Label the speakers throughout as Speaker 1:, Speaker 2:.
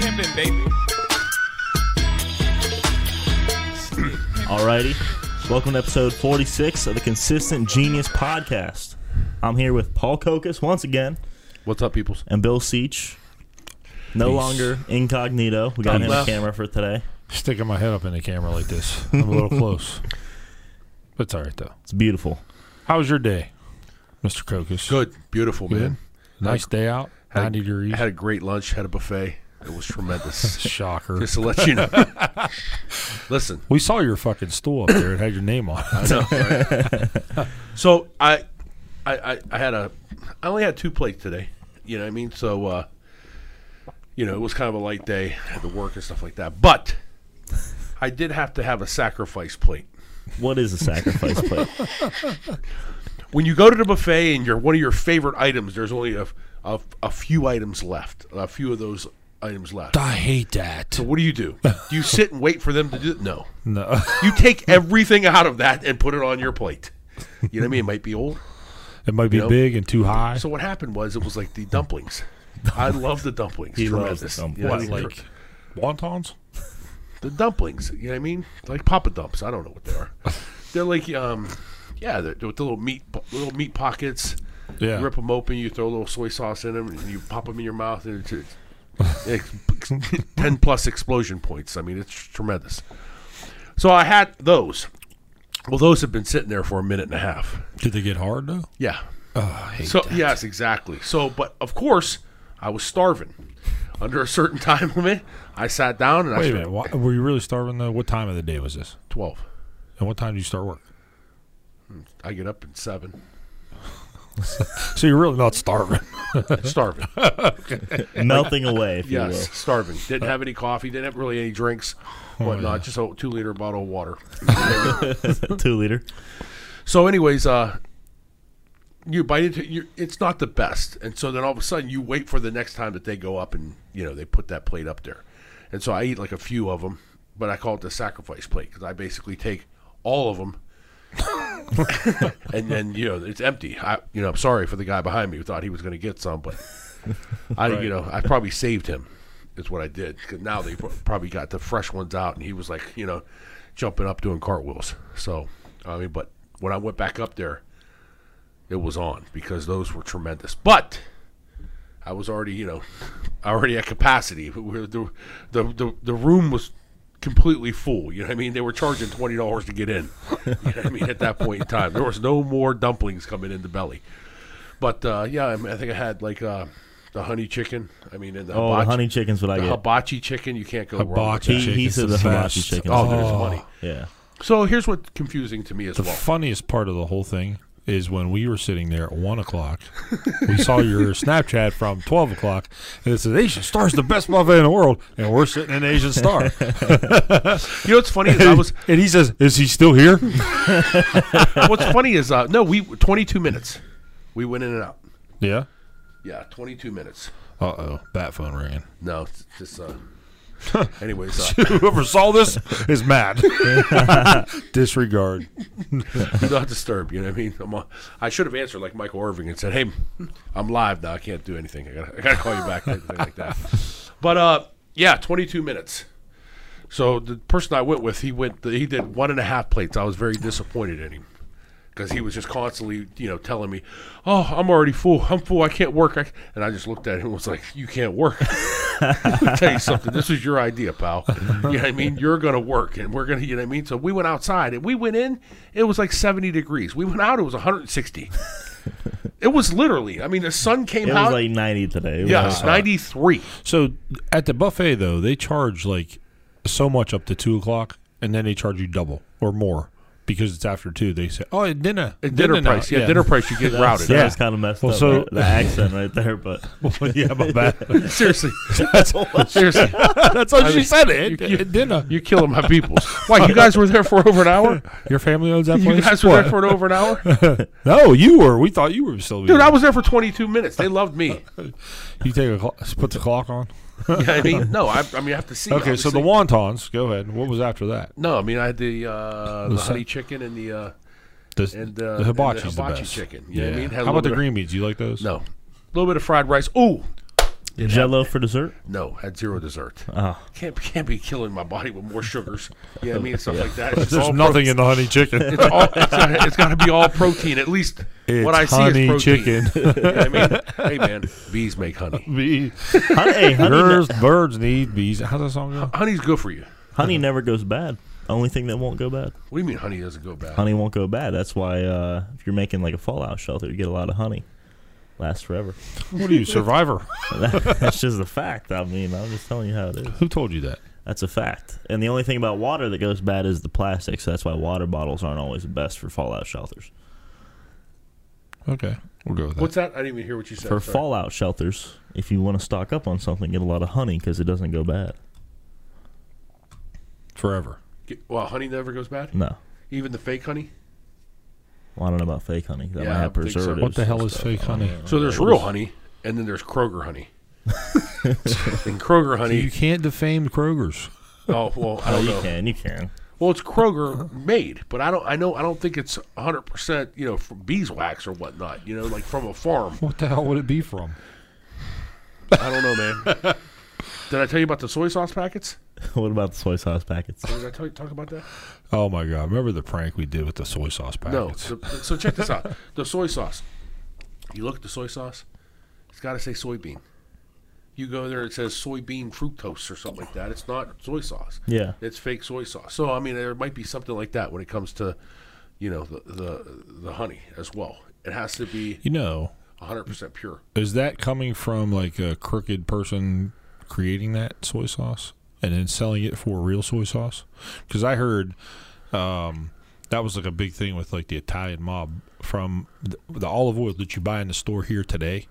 Speaker 1: Women, baby.
Speaker 2: Alrighty. Welcome to episode 46 of the Consistent Genius Podcast. I'm here with Paul Kokas once again
Speaker 3: What's up, peoples?
Speaker 2: and Bill Seach. No longer incognito. We got him on
Speaker 3: Peace.
Speaker 2: camera for today.
Speaker 3: Sticking my head up in the camera like this. I'm a little close. But it's all right, though.
Speaker 2: It's beautiful.
Speaker 4: How was your day, Mr. Kokus?
Speaker 3: Good, beautiful, man.
Speaker 4: Nice day out.
Speaker 3: Had-
Speaker 4: 90 degrees.
Speaker 3: I had a great lunch. Had a buffet. It was tremendous.
Speaker 4: Shocker.
Speaker 3: Just to let you know. Listen.
Speaker 4: We saw your fucking stool up there. It had your name on it.
Speaker 3: no, right? so I, I, I, I had a, I only had two plates today. You know what I mean? So, uh, you know, it was kind of a light day. Had to work and stuff like that. But I did have to have a sacrifice plate.
Speaker 2: What is a sacrifice plate?
Speaker 3: when you go to the buffet and you're one of your favorite items, there's only a, a, a few items left, a few of those items left.
Speaker 4: I hate that.
Speaker 3: What do you do? Do you sit and wait for them to do it? No.
Speaker 4: No.
Speaker 3: You take everything out of that and put it on your plate. You know what I mean? It might be old.
Speaker 4: It might be
Speaker 3: Nope.
Speaker 4: big and too high.
Speaker 3: So what happened was it was like the dumplings. I love the dumplings.
Speaker 2: He loves
Speaker 3: Tremendous.
Speaker 2: the dumplings.
Speaker 3: You know what I mean?
Speaker 4: what, like wontons?
Speaker 3: the dumplings. You know what I mean? Like Papa Dumps. I don't know what they are. They're like um, yeah, they're, they're with the little meat po- little meat pockets.
Speaker 4: Yeah.
Speaker 3: You rip them open, you throw a little soy sauce in them, and you pop them in your mouth, and it's, it's, it's ten plus explosion points. I mean, it's tremendous. So I had those. Well, those have been sitting there for a minute and a half.
Speaker 4: Did they get hard, though?
Speaker 3: Yeah.
Speaker 4: Oh, I hate
Speaker 3: So yes, exactly. So, but of course, I was starving. Under a certain time limit, I sat down and I
Speaker 4: Wait a
Speaker 3: started
Speaker 4: minute. Why, were you really starving, though? What time of the day was this?
Speaker 3: twelve.
Speaker 4: And what time did you start work?
Speaker 3: I get up at seven,
Speaker 4: So you're really not starving.
Speaker 3: starving.
Speaker 2: Melting away, if you will.
Speaker 3: yes, starving. Didn't have any coffee. Didn't have really any drinks,
Speaker 4: Oh,
Speaker 3: whatnot. Just a two liter bottle of water.
Speaker 2: Two liter.
Speaker 3: So, anyways, uh, you bite into you. It's not the best, and so then all of a sudden you wait for the next time that they go up and you know they put that plate up there, and so I eat like a few of them, but I call it the sacrifice plate because I basically take all of them, and then you know it's empty. I you know I'm sorry for the guy behind me who thought he was going to get some, but I you know I probably saved him. Is what I did because now they pro- probably got the fresh ones out, and he was like you know jumping up doing cartwheels. So I mean, but when I went back up there it was on because those were tremendous. But I was already, you know, already at capacity. We were- The, the, the, the room was completely full. You know what I mean? They were charging twenty dollars to get in. You know what I mean? At that point in time, there was no more dumplings coming in the belly. But uh, yeah, I, mean, I think I had like uh, the honey chicken. I mean, and the
Speaker 2: Oh, the
Speaker 3: hibachi,
Speaker 2: honey chicken's what I
Speaker 3: the
Speaker 2: get.
Speaker 3: hibachi chicken. You can't go wrong. with
Speaker 2: He- he
Speaker 4: chicken's
Speaker 2: said the hibachi
Speaker 4: best.
Speaker 2: chicken.
Speaker 3: Oh, there's money.
Speaker 2: Yeah.
Speaker 3: that. So here's what's confusing to me as
Speaker 4: The
Speaker 3: well.
Speaker 4: funniest part of the whole thing is when we were sitting there at one o'clock, we saw your Snapchat from twelve o'clock, and it says Asian Star's the best buffet in the world, and we're sitting in Asian Star.
Speaker 3: You know what's funny is I was
Speaker 4: and he says, "Is he still here?"
Speaker 3: What's funny is uh, no, we 22 minutes. We went in and out.
Speaker 4: yeah.
Speaker 3: Yeah, 22 minutes.
Speaker 4: Uh oh, bat phone ringing.
Speaker 3: No, it's just uh. Anyways, uh,
Speaker 4: Whoever saw this is mad. Disregard.
Speaker 3: do not disturb. You know what I mean? I'm on, I should have answered like Michael Irving and said, "Hey, I'm live now. I can't do anything. I gotta, I gotta call you back." Anything like that. But uh, yeah, 22 minutes. So the person I went with, he went, he did one and a half plates. I was very disappointed in him. because he was just constantly, you know, telling me, "Oh, I'm already full. I'm full. I can't work." I, and I just looked at him and was like, "You can't work." I'll tell you something. This is your idea, pal. You know what I mean? You're gonna work, and we're gonna, you know what I mean? So we went outside, and we went in. It was like 70 degrees. We went out. It was 160. it was literally. I mean, the sun came
Speaker 2: It
Speaker 3: out.
Speaker 2: was like 90 today. It was
Speaker 3: yeah, it's
Speaker 2: awesome.
Speaker 3: 93.
Speaker 4: So at the buffet though, they charge like so much up to two o'clock, and then they charge you double or more because it's after two. They say, "Oh, dinner,
Speaker 3: Dinner
Speaker 4: now."
Speaker 3: price. Yeah, dinner price. You get routed.
Speaker 2: That
Speaker 4: Yeah.
Speaker 2: was kind of messed
Speaker 4: Well,
Speaker 2: up.
Speaker 4: so-
Speaker 2: right? The accent right there, but
Speaker 4: yeah, my bad.
Speaker 3: Seriously. Seriously.
Speaker 4: That's how she
Speaker 3: mean,
Speaker 4: said it.
Speaker 3: you- you-
Speaker 4: at dinner.
Speaker 3: You're killing my people. Why? You guys were there for over an hour?
Speaker 4: Your family owns that
Speaker 3: You
Speaker 4: place.
Speaker 3: guys were there
Speaker 4: What?
Speaker 3: for over an hour?
Speaker 4: no, you were. We thought you were still.
Speaker 3: Dude, I was there for 22 minutes. They loved me.
Speaker 4: You take a clock, put the clock on.
Speaker 3: You know what I mean, no, I, I mean, I have to see.
Speaker 4: Okay, so the
Speaker 3: obviously.
Speaker 4: wontons. Go ahead. What was after that?
Speaker 3: No, I mean, I had the uh, the
Speaker 4: sa-
Speaker 3: honey chicken and the uh,
Speaker 4: The,
Speaker 3: And, uh,
Speaker 4: the
Speaker 3: and the
Speaker 4: hibachi's the
Speaker 3: hibachi
Speaker 4: best.
Speaker 3: chicken, you know what I mean? Had a little
Speaker 4: How about the
Speaker 3: bit of-
Speaker 4: green beans? You like those?
Speaker 3: no, a little bit of fried rice. Ooh, Did
Speaker 2: Jello for dessert.
Speaker 3: No, had zero dessert.
Speaker 2: Oh,
Speaker 3: Can't can't be killing my body with more sugars. Yeah, I mean and stuff like that. It's just
Speaker 4: There's
Speaker 3: all
Speaker 4: nothing
Speaker 3: protein.
Speaker 4: in the honey chicken.
Speaker 3: It's, all, it's, it's got to be all protein. At least what
Speaker 4: It's
Speaker 3: I see is
Speaker 4: honey
Speaker 3: protein.
Speaker 4: chicken.
Speaker 3: You know what I mean, hey man, bees make honey.
Speaker 4: Bee.
Speaker 2: honey, hey, honey,
Speaker 4: Birds, birds need bees. How's that song go?
Speaker 3: Honey's good for you.
Speaker 2: honey never goes bad. Only thing that won't go bad.
Speaker 3: What do you mean honey doesn't go bad?
Speaker 2: Honey won't go bad. That's why uh, if you're making like a fallout shelter, you get a lot of honey. Lasts forever.
Speaker 4: What are you, Survivor?
Speaker 2: That's just a fact. I mean, I'm just telling you how it is.
Speaker 4: Who told you that?
Speaker 2: That's a fact. And the only thing about water that goes bad is the plastic. So that's why water bottles aren't always the best for fallout shelters.
Speaker 4: Okay, we'll go with that.
Speaker 3: What's that? I didn't even hear what you said.
Speaker 2: for
Speaker 3: Sorry.
Speaker 2: fallout shelters, if you want to stock up on something, get a lot of honey because it doesn't go bad.
Speaker 4: Forever.
Speaker 3: Get- Well, honey never goes bad.
Speaker 2: No.
Speaker 3: Even the fake honey.
Speaker 2: Well, I don't know about fake honey. That
Speaker 3: Yeah,
Speaker 2: might
Speaker 3: I
Speaker 2: have
Speaker 3: don't think so.
Speaker 2: preservatives.
Speaker 4: What the hell
Speaker 2: and
Speaker 4: is
Speaker 2: stuff.
Speaker 4: fake honey?
Speaker 2: Oh,
Speaker 3: So there's real honey, and then there's Kroger honey. and Kroger
Speaker 4: You
Speaker 3: honey.
Speaker 4: can't defame Kroger's.
Speaker 3: Oh well, I
Speaker 2: Oh,
Speaker 3: don't
Speaker 2: you
Speaker 3: know.
Speaker 2: can. You can.
Speaker 3: Well, it's Kroger made, but I don't. I know. I don't think it's 100. percent You know, from beeswax or whatnot. You know, like from a farm.
Speaker 4: What the hell would it be from?
Speaker 3: I don't know, man. Did I tell you about the soy sauce packets?
Speaker 2: what about the soy sauce packets?
Speaker 3: Did I tell you, talk about that?
Speaker 4: Oh my god! Remember the prank we did with the soy sauce
Speaker 3: No.
Speaker 4: packets?
Speaker 3: So, so check this out. The soy sauce. You look at the soy sauce. It's got to say soybean. You go there, it says soybean fructose or something like that. It's not soy sauce.
Speaker 2: Yeah.
Speaker 3: It's fake soy sauce. So I mean, there might be something like that when it comes to, you know, the the, the honey as well. It has to be
Speaker 4: You know,
Speaker 3: 100% pure.
Speaker 4: is that coming from like a crooked person creating that soy sauce and then selling it for real soy sauce? Because I heard um, that was like a big thing with like the Italian mob from the, the olive oil that you buy in the store here today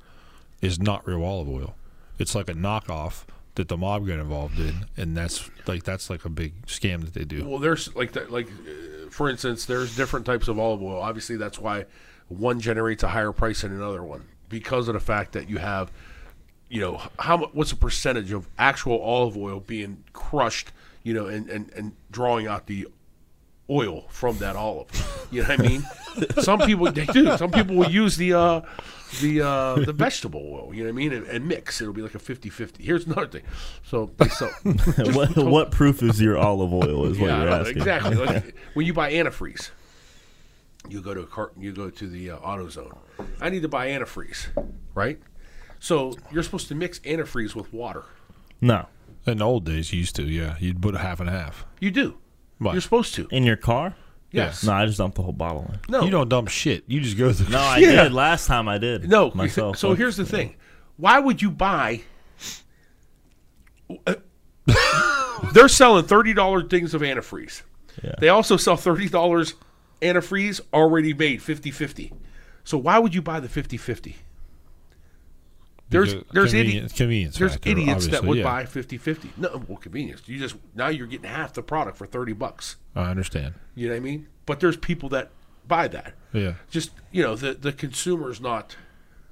Speaker 4: is not real olive oil. It's like a knockoff that the mob got involved in, and that's like that's like a big scam that they do.
Speaker 3: Well, there's like that, like uh, for instance, there's different types of olive oil. Obviously, that's why one generates a higher price than another one because of the fact that you have, you know, how mu- what's the percentage of actual olive oil being crushed, you know, and and and drawing out the oil from that olive. You know what I mean? some people they do. Some people will use the uh the uh the vegetable oil, you know what I mean, and, and mix. It'll be like a 50-50. Here's another thing. So they sell
Speaker 2: what, what proof is your olive oil? Is what
Speaker 3: I
Speaker 2: you're
Speaker 3: know,
Speaker 2: asking.
Speaker 3: Exactly. Like, when you buy antifreeze, you go to a cart, you go to the uh, AutoZone. I need to buy antifreeze, right? So you're supposed to mix antifreeze with water.
Speaker 2: No.
Speaker 4: In the old days, you used to, yeah, you'd put a half and half.
Speaker 3: You do.
Speaker 4: Right.
Speaker 3: You're supposed to.
Speaker 2: In your car?
Speaker 3: Yes.
Speaker 2: No, I just dumped the whole bottle in.
Speaker 3: No.
Speaker 4: You don't dump shit. You just go through.
Speaker 2: No, I
Speaker 3: Yeah.
Speaker 2: did last time. I did.
Speaker 3: No.
Speaker 2: myself.
Speaker 3: So here's the thing. Why would you buy? uh, They're selling thirty dollars things of antifreeze.
Speaker 2: Yeah.
Speaker 3: They also sell thirty dollars antifreeze already made 50-50. So why would you buy the 50-50? There's
Speaker 4: Because
Speaker 3: there's
Speaker 4: convenience,
Speaker 3: idiots.
Speaker 4: convenience
Speaker 3: There's
Speaker 4: factor,
Speaker 3: idiots that
Speaker 4: obviously,
Speaker 3: would
Speaker 4: yeah.
Speaker 3: buy 50-50. No, well, convenience. You just now you're getting half the product for thirty bucks.
Speaker 4: I understand.
Speaker 3: You know what I mean? But there's people that buy that.
Speaker 4: Yeah,
Speaker 3: Just you know, the the consumer's not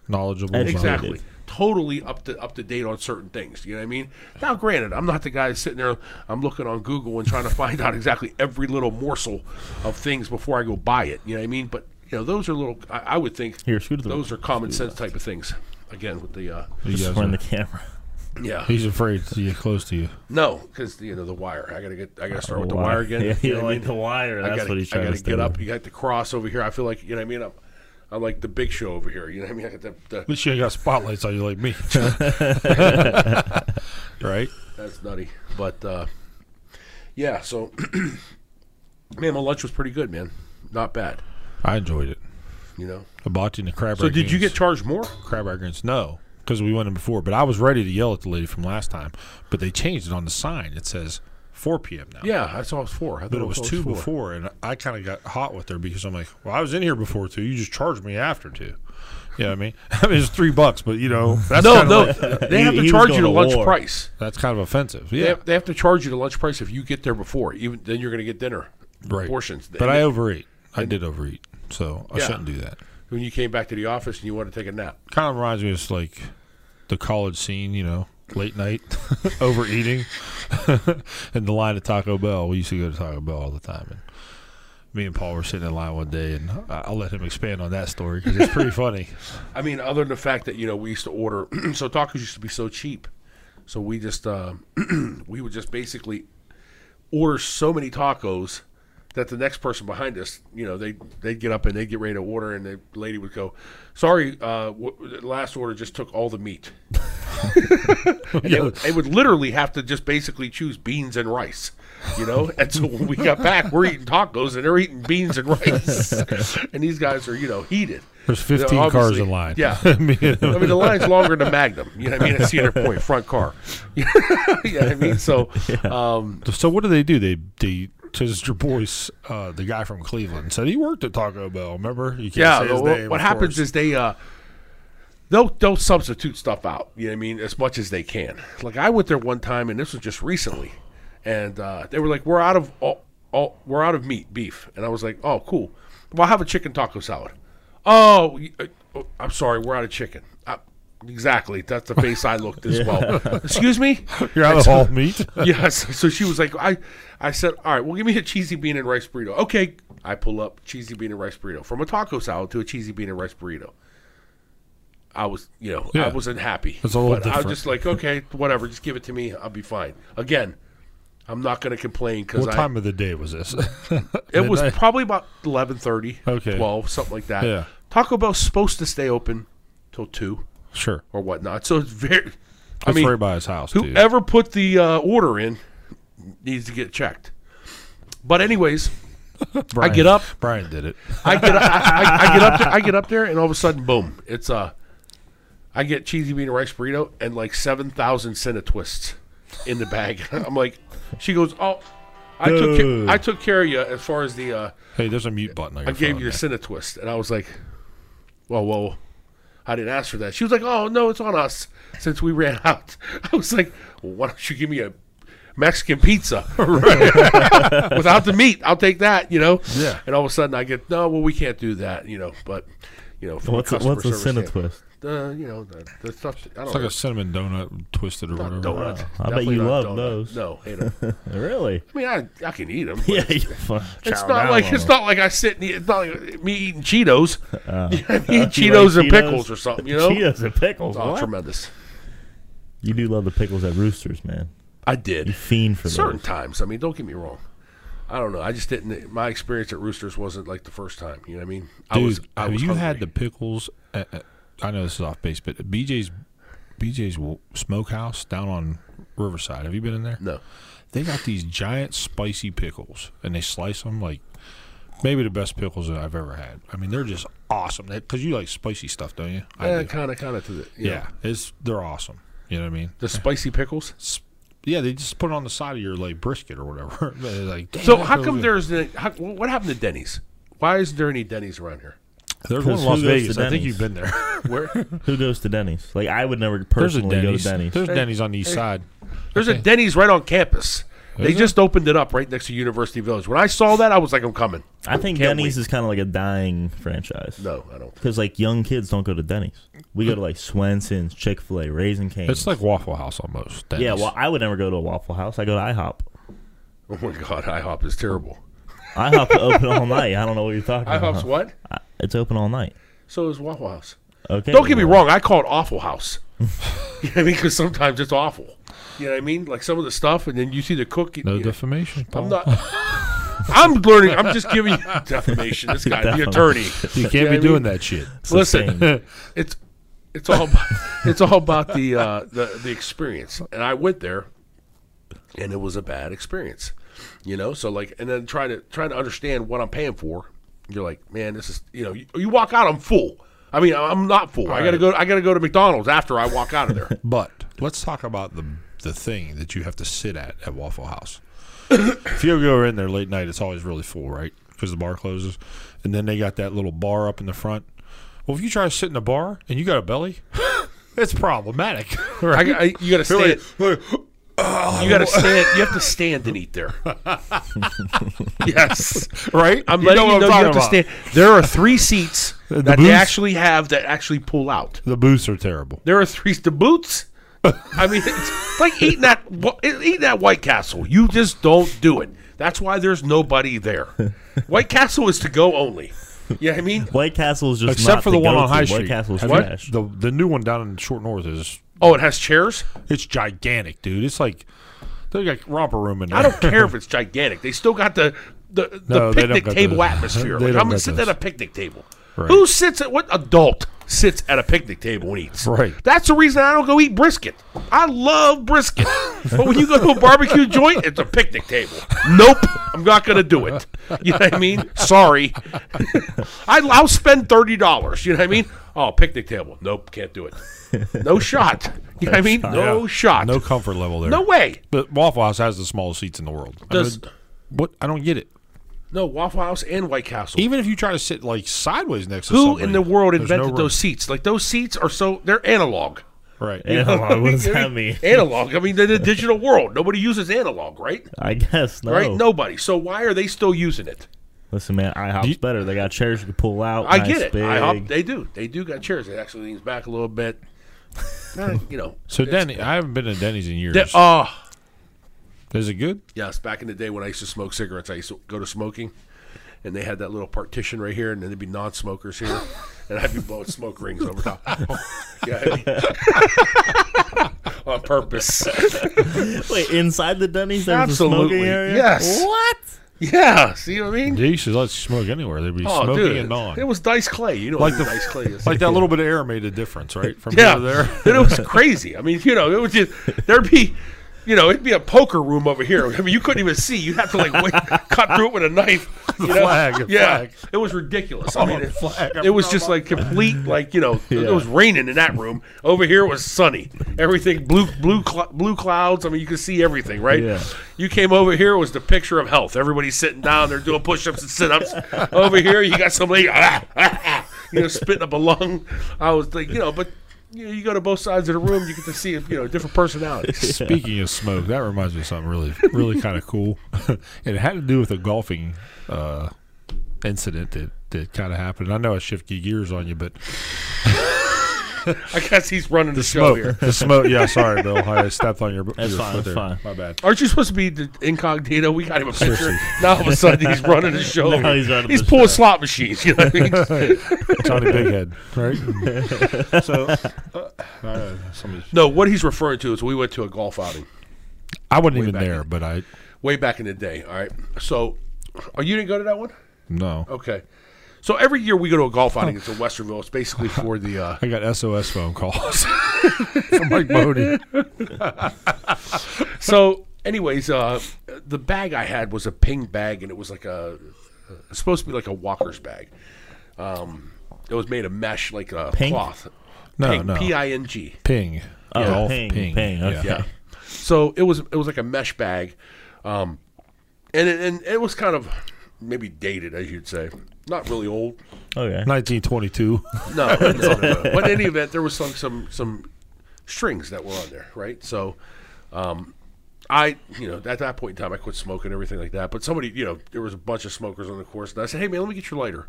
Speaker 4: knowledgeable. about it.
Speaker 2: Exact-
Speaker 3: Exactly. Totally up to up to date on certain things. You know what I mean? Now, granted, I'm not the guy sitting there. I'm looking on Google and trying to find out exactly every little morsel of things before I go buy it. You know what I mean? But you know, those are little. I, I would think
Speaker 2: Here, scoot it over.
Speaker 3: those are common sense type of things. Again, with the uh,
Speaker 4: You
Speaker 2: Just
Speaker 4: guys
Speaker 2: we're in
Speaker 4: are-
Speaker 2: the camera.
Speaker 3: yeah,
Speaker 4: he's afraid to get close to you.
Speaker 3: no, because you know the wire. I gotta get. I gotta start with the
Speaker 2: Wire.
Speaker 3: wire again.
Speaker 2: Yeah,
Speaker 3: you
Speaker 2: you
Speaker 3: know
Speaker 2: don't
Speaker 3: what I
Speaker 2: like
Speaker 3: mean?
Speaker 2: the wire.
Speaker 3: I
Speaker 2: That's
Speaker 3: gotta,
Speaker 2: what he's
Speaker 3: I
Speaker 2: trying
Speaker 3: gotta
Speaker 2: to
Speaker 3: get up. You got the cross over here. I feel like you know what I mean. I'm, I'm like the big show over here. You know what I mean? I got the, the
Speaker 4: At least you ain't got spotlights on you like me. right?
Speaker 3: That's nutty. But uh, yeah, so man, my lunch was pretty good, man. Not bad,
Speaker 4: I enjoyed it.
Speaker 3: you know.
Speaker 4: Hibachi and the crab
Speaker 3: So did you get
Speaker 4: ragoons.
Speaker 3: charged more?
Speaker 4: crab ragoons? No, because we went in before. But I was ready to yell at the lady from last time, but they changed it on the sign. It says 4 p.m. now.
Speaker 3: Yeah, I saw it was four. I thought
Speaker 4: But it was two before, and I kind of got hot with her because I'm like, well, I was in here before two. You just charged me after two. You know what I mean? I mean, it's three bucks, but you know, that's
Speaker 3: No,
Speaker 4: kinda
Speaker 3: no,
Speaker 4: like-
Speaker 3: they have
Speaker 2: He-
Speaker 3: to
Speaker 2: he was
Speaker 3: charge
Speaker 2: going
Speaker 3: you the
Speaker 2: to
Speaker 3: lunch
Speaker 2: war.
Speaker 3: price.
Speaker 4: that's kind of offensive.
Speaker 3: They
Speaker 4: Yeah,
Speaker 3: have, they have to charge you the lunch price if you get there before. Even then, you're going to get dinner
Speaker 4: right.
Speaker 3: portions.
Speaker 4: But I overeat. I did overeat, so I
Speaker 3: Yeah.
Speaker 4: shouldn't do that.
Speaker 3: when you came back to the office and you wanted to take a nap,
Speaker 4: Kind of reminds me of like the college scene, you know, late night overeating, and the line at Taco Bell. We used to go to Taco Bell all the time, and me and Paul were sitting in line one day, and I- I'll let him expand on that story because it's pretty funny.
Speaker 3: I mean, other than the fact that you know we used to order, so tacos used to be so cheap, so we just uh, we would just basically order so many tacos that the next person behind us, you know, they they'd get up and they'd get ready to order, and the lady would go, "Sorry, uh, w- the last order just took all the meat." and they, would, they would literally have to just basically choose beans and rice, you know. And so when we got back, we're eating tacos and they're eating beans and rice, and these guys are you know heated.
Speaker 4: There's
Speaker 3: They're
Speaker 4: 15 cars
Speaker 3: obviously-
Speaker 4: in line.
Speaker 3: Yeah.
Speaker 4: I mean,
Speaker 3: I mean, the line's longer than Magnum. You know what I mean? That's the other point. Front car. yeah, I mean, so um,
Speaker 4: so what do they do? They they because your boy's uh, the guy from Cleveland said he worked at Taco Bell. Remember? You can't
Speaker 3: yeah.
Speaker 4: say his
Speaker 3: what,
Speaker 4: name,
Speaker 3: what
Speaker 4: of
Speaker 3: happens
Speaker 4: course.
Speaker 3: is they uh, they'll they'll substitute stuff out. You know what I mean? As much as they can. Like I went there one time, and this was just recently, and uh, they were like, "We're out of all, all we're out of meat, beef," and I was like, "Oh, cool. Well, I'll have a chicken taco salad." Oh, y- uh, oh, I'm sorry, we're out of chicken. Uh, exactly. That's the face I looked as well. Excuse me.
Speaker 4: you're out of all meat.
Speaker 3: yes. So she was like, I, I said, all right, well, give me a cheesy bean and rice burrito. Okay. I pull up cheesy bean and rice burrito from a taco salad to a cheesy bean and rice burrito. I was, you know,
Speaker 4: Yeah.
Speaker 3: I wasn't happy.
Speaker 4: It's a little
Speaker 3: but I was
Speaker 4: different.
Speaker 3: just like, okay, whatever, just give it to me. I'll be fine. Again, I'm not going to complain because
Speaker 4: What
Speaker 3: I
Speaker 4: time of the day was this?
Speaker 3: it was
Speaker 4: Midnight?
Speaker 3: probably about 11:30,
Speaker 4: Okay.
Speaker 3: 12, something like that.
Speaker 4: Yeah.
Speaker 3: Taco Bell's supposed to stay open till two
Speaker 4: sure.
Speaker 3: or whatnot, so it's very. I
Speaker 4: That's
Speaker 3: mean,
Speaker 4: right by his house, dude.
Speaker 3: Whoever put the uh, order in needs to get checked. But anyways,
Speaker 4: Brian-
Speaker 3: get up.
Speaker 4: Brian did it.
Speaker 3: I get up, I, I, I get up there, I get up there, and all of a sudden, boom! It's uh, I get cheesy bean and rice burrito and like seven thousand Senna twists in the bag. I'm like, she goes, oh, I took
Speaker 2: Dude.
Speaker 3: ca- I took care of you as far as the uh,
Speaker 4: Hey, there's a mute button. On
Speaker 3: I
Speaker 4: your
Speaker 3: gave
Speaker 4: phone
Speaker 3: you a
Speaker 4: there.
Speaker 3: Senna twist, and I was like, well, well, I didn't ask for that. She was like, oh no, it's on us since we ran out. I was like, well, why don't you give me a Mexican pizza without the meat? I'll take that, you know.
Speaker 4: Yeah.
Speaker 3: And all of a sudden, I get no, well, we can't do that, you know. But you know, from
Speaker 2: What's
Speaker 3: a
Speaker 2: a,
Speaker 3: customer
Speaker 2: what's a
Speaker 3: service
Speaker 2: Senna
Speaker 3: standpoint,
Speaker 2: twist?
Speaker 3: The, you know, the, the stuff. I don't
Speaker 4: It's like
Speaker 3: know.
Speaker 4: a cinnamon donut twisted or
Speaker 3: not
Speaker 4: whatever.
Speaker 3: donut.
Speaker 2: I bet
Speaker 3: Definitely
Speaker 2: you
Speaker 3: not
Speaker 2: love
Speaker 3: donut.
Speaker 2: those.
Speaker 3: No, hate 'em.
Speaker 2: Really?
Speaker 3: I mean, I, I can eat them.
Speaker 2: Yeah, you fuck.
Speaker 3: It's not like it's not like I sit and eat, it's not like me eating Cheetos,
Speaker 4: Uh,
Speaker 3: You know what I mean?
Speaker 2: You
Speaker 3: Cheetos
Speaker 2: like
Speaker 3: and pickles or something. You know,
Speaker 2: Cheetos and pickles.
Speaker 3: It's all
Speaker 2: what?
Speaker 3: tremendous.
Speaker 2: You do love the pickles at Roosters, man.
Speaker 3: I
Speaker 2: You
Speaker 3: did
Speaker 2: fiend for
Speaker 3: certain
Speaker 2: those.
Speaker 3: times. I mean, don't get me wrong. I don't know. I just didn't. My experience at Roosters wasn't like the first time. You know what I mean? I
Speaker 4: Dude,
Speaker 3: was. I
Speaker 4: have
Speaker 3: was
Speaker 4: you
Speaker 3: hungry.
Speaker 4: had the pickles? At, at- I know this is off base, but BJ's BJ's w- Smokehouse down on Riverside. Have you been in there?
Speaker 3: no?
Speaker 4: They got these giant spicy pickles, and they slice them like maybe the best pickles that I've ever had. I mean, they're just awesome. Because you like spicy stuff, don't you? I
Speaker 3: Yeah,
Speaker 4: do.
Speaker 3: kind of, kind of to the
Speaker 4: Yeah.
Speaker 3: yeah.
Speaker 4: it's they're awesome. You know what I mean?
Speaker 3: The spicy pickles.
Speaker 4: It's- yeah, they just put it on the side of your like brisket or whatever. They're like, "Damn,
Speaker 3: So
Speaker 4: that
Speaker 3: how
Speaker 4: feels
Speaker 3: come
Speaker 4: good."
Speaker 3: there's the? How, what happened to Denny's? Why isn't there any Denny's around here?
Speaker 4: there's one in
Speaker 2: Who
Speaker 4: Las
Speaker 2: goes to
Speaker 4: Vegas? I think
Speaker 2: Denny's?
Speaker 4: you've been there.
Speaker 3: Where
Speaker 2: Who goes to Denny's? Like I would never
Speaker 4: There's a
Speaker 2: personally go to
Speaker 4: Denny's.
Speaker 2: Denny's.
Speaker 4: There's Denny's on the east side.
Speaker 3: there's a Denny's right on campus. They
Speaker 4: Is
Speaker 3: just opened it up right next to University Village. When I saw that, I was like, I'm coming.
Speaker 2: I think
Speaker 3: Can't
Speaker 2: Denny's
Speaker 3: wait.
Speaker 2: is kind of like a dying franchise.
Speaker 3: No, I don't.
Speaker 2: Because like young kids don't go to Denny's. We go to like Swenson's, Chick Fil A, Raisin Cane's.
Speaker 4: It's like Waffle House almost. Denny's.
Speaker 2: yeah. Well, I would never go to a Waffle House. I go to IHOP.
Speaker 3: Oh my God, IHOP is terrible.
Speaker 2: IHOP open all night. I don't know what you're talking about.
Speaker 3: IHOP's what?
Speaker 2: I- It's open all night.
Speaker 3: So is Waffle House.
Speaker 2: Okay.
Speaker 3: Don't get me wrong, I call it awful house. you know what I mean? Because sometimes it's awful. You know what I mean? Like some of the stuff, and then you see the cook.
Speaker 4: no
Speaker 3: you know,
Speaker 4: defamation. Paul.
Speaker 3: I'm not. I'm learning. I'm just giving you defamation. This guy, the
Speaker 2: Defamation.
Speaker 3: attorney.
Speaker 4: You can't
Speaker 3: I
Speaker 4: be
Speaker 3: mean-
Speaker 4: doing that shit.
Speaker 2: It's
Speaker 3: Listen,
Speaker 2: the same.
Speaker 3: it's it's all about, it's all about the, uh, the the experience. And I went there, and it was a bad experience. You know, so like, and then trying to trying to understand what I'm paying for. You're like, man, this is you know, you, you walk out, I'm full. I mean, I'm not full. I gotta go. I gotta go to McDonald's after I walk out of there.
Speaker 4: But let's talk about the the thing that you have to sit at at Waffle House. if you ever go in there late night, it's always really full, right? Because the bar closes, and then they got that little bar up in the front. Well, if you try to sit in a bar and you got a belly, it's problematic.
Speaker 3: I,
Speaker 4: Right?
Speaker 3: I, you gotta stand. You gotta stand. You have to stand and eat there. yes,
Speaker 4: right?
Speaker 3: I'm
Speaker 4: You
Speaker 3: letting
Speaker 4: know
Speaker 3: you
Speaker 4: what
Speaker 3: know you
Speaker 4: I'm talking
Speaker 3: have to
Speaker 4: about.
Speaker 3: stand. There are three seats
Speaker 4: The
Speaker 3: that they
Speaker 4: booths?
Speaker 3: actually have that actually pull out.
Speaker 4: The booths are terrible.
Speaker 3: There are three the boots. I mean, it's like eating that wh- eating that White Castle. You just don't do it. That's why there's nobody there. White Castle is to go only. Yeah, I mean,
Speaker 2: White Castle is just
Speaker 4: Except
Speaker 2: not
Speaker 4: for the one on
Speaker 2: go-to.
Speaker 4: High
Speaker 2: White
Speaker 4: Street.
Speaker 2: Castle is
Speaker 4: Have you-
Speaker 2: trash.
Speaker 4: The the new one down in Short North is
Speaker 3: oh, it has chairs.
Speaker 4: it's gigantic, dude. It's like they got romper room in there.
Speaker 3: I don't care if it's gigantic. They still got the the, the
Speaker 4: No, they don't
Speaker 3: picnic
Speaker 4: got
Speaker 3: table
Speaker 4: those.
Speaker 3: atmosphere.
Speaker 4: They
Speaker 3: Like,
Speaker 4: don't
Speaker 3: I'm gonna
Speaker 4: got
Speaker 3: sit
Speaker 4: those.
Speaker 3: at a picnic table.
Speaker 4: Right.
Speaker 3: Who sits at what adult sits at a picnic table and eats?
Speaker 4: Right.
Speaker 3: That's the reason I don't go eat brisket. I love brisket, but when you go to a barbecue joint, it's a picnic table. Nope, I'm not gonna do it. You know what I mean? Sorry. I, I'll spend thirty dollars. You know what I mean? Oh, picnic table. Nope, can't do it. No shot. You know what I mean? No
Speaker 4: Yeah.
Speaker 3: shot.
Speaker 4: No comfort level there.
Speaker 3: No way.
Speaker 4: The Waffle House has the smallest seats in the world. I
Speaker 3: Does-
Speaker 4: don't- what I don't get it.
Speaker 3: No Waffle House and White Castle.
Speaker 4: Even if you try to sit like sideways next to
Speaker 3: Who
Speaker 4: somebody,
Speaker 3: in the world
Speaker 4: there's no
Speaker 3: invented
Speaker 4: room.
Speaker 3: those seats? Like those seats are so they're analog.
Speaker 4: Right.
Speaker 2: Analog, what does that mean?
Speaker 3: Analog. I mean, they're the digital world. Nobody uses analog, right?
Speaker 2: I guess no.
Speaker 3: Right? Nobody. So why are they still using it?
Speaker 2: Listen, man, IHOP's better. They got chairs you can pull out.
Speaker 3: I
Speaker 2: nice
Speaker 3: get it.
Speaker 2: Big.
Speaker 3: I hop, they do. They do got chairs. It actually leans back a little bit. Eh, you know.
Speaker 4: So Denny, I haven't been to Denny's in years.
Speaker 3: They- Oh,
Speaker 4: Is it good?
Speaker 3: yes. Back in the day when I used to smoke cigarettes, I used to go to smoking, and they had that little partition right here, and then there'd be non-smokers here, and I'd be blowing smoke rings over top. yeah, I mean- on purpose.
Speaker 2: Wait, inside the Denny's, there's a
Speaker 3: Absolutely.
Speaker 2: smoking area.
Speaker 3: Yes.
Speaker 2: What?
Speaker 3: Yeah, see what I mean?
Speaker 4: They used to let you smoke anywhere. They'd be
Speaker 3: Oh,
Speaker 4: smoking
Speaker 3: dude,
Speaker 4: and non.
Speaker 3: it was Dice Clay. You know
Speaker 4: Like
Speaker 3: like the
Speaker 4: the-
Speaker 3: Dice Clay is.
Speaker 4: like that little bit of air made a difference, right? From
Speaker 3: yeah,
Speaker 4: over there.
Speaker 3: and it was crazy. I mean, you know, it was just there'd be, you know, it'd be a poker room over here. I mean, you couldn't even see. You'd have to like wait, cut through it with a knife. The
Speaker 4: flag, the
Speaker 3: yeah,
Speaker 4: flag.
Speaker 3: it was ridiculous. I mean,
Speaker 4: the
Speaker 3: Oh, it,
Speaker 4: flag.
Speaker 3: it was just like complete, like you know, it was raining in that room. Over here it was sunny. Everything blue, blue, cl- blue clouds. I mean, you could see everything, right?
Speaker 2: Yeah.
Speaker 3: You came over here it was the picture of health. Everybody's sitting down, they're doing push-ups and sit-ups. Over here, you got somebody, ah, ah, ah, you know, spitting up a lung. I was like, you know, but you, know, you go to both sides of the room, you get to see, you know, different personalities.
Speaker 4: Speaking of smoke, that reminds me of something really, really kind of cool. it had to do with a golfing uh, incident that, that kind of happened. I know I shift gears on you, but
Speaker 3: I guess he's running the, show
Speaker 4: smoke,
Speaker 3: here.
Speaker 4: the smoke. Yeah, sorry, Bill. I stepped on your.
Speaker 2: That's
Speaker 4: your
Speaker 2: fine,
Speaker 4: Foot
Speaker 2: that's
Speaker 4: there.
Speaker 2: fine.
Speaker 4: My bad.
Speaker 3: Aren't you supposed to be the incognito? We got him a picture. Now all of a sudden he's running the show.
Speaker 2: Now he's running the
Speaker 3: pulling
Speaker 2: show.
Speaker 3: slot machines. You know what I mean?
Speaker 4: Johnny Bighead, right? so, uh, uh, somebody's-
Speaker 3: No, what he's referring to is we went to a golf outing
Speaker 4: I wasn't even
Speaker 3: back
Speaker 4: there, but I
Speaker 3: way back in the day. All right. So, oh, you didn't go to that one?
Speaker 4: no.
Speaker 3: Okay. So every year we go to a golf
Speaker 2: Oh.
Speaker 3: outing. It's in Westerville. It's basically for the. Uh,
Speaker 4: I got SOS phone calls from Mike Bodie.
Speaker 3: so, anyways, uh, the bag I had was a ping bag, and it was like a it's supposed to be like a walker's bag. Um, it was made of mesh, like a
Speaker 2: Ping?
Speaker 3: cloth.
Speaker 4: No,
Speaker 3: ping,
Speaker 4: no.
Speaker 3: P-I-N-G.
Speaker 4: Ping.
Speaker 2: Oh,
Speaker 4: Golf
Speaker 2: ping, ping, okay.
Speaker 3: Yeah. So it was it was like a mesh bag, um, and it, and it was kind of maybe dated, as you'd say. Not really old.
Speaker 2: Okay.
Speaker 4: 1922.
Speaker 3: No, no, no, no. But in any event, there was some some some strings that were on there, right? So, um, I you know at that point in time, I quit smoking and everything like that. But somebody you know there was a bunch of smokers on the course, and I said, hey man, let me get your lighter.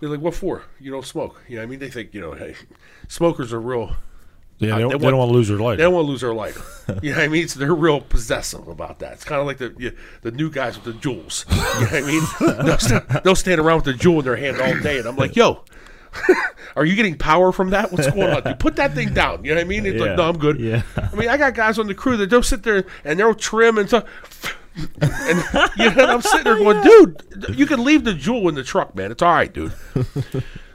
Speaker 3: They're like, what for? You don't smoke. You know, what I mean, they think you know, hey, smokers are real.
Speaker 4: Yeah, they
Speaker 3: they
Speaker 4: don't,
Speaker 3: want-
Speaker 4: want to lose their light.
Speaker 3: They don't want to lose their lighter. You know what I mean? So they're real possessive about that. It's kind of like the you, the new guys with the jewels. You know what I mean? They'll, st- they'll stand around with the jewel in their hand all day, and I'm like, yo. Are you getting power from that? What's going on? You put that thing down. You know what I mean? It's
Speaker 2: Yeah.
Speaker 3: like, no, I'm good.
Speaker 2: Yeah.
Speaker 3: I mean, I got guys on the crew that they'll sit there and they'll trim and so. And you know, and I'm sitting there going, dude, you can leave the jewel in the truck, man. It's all right, dude.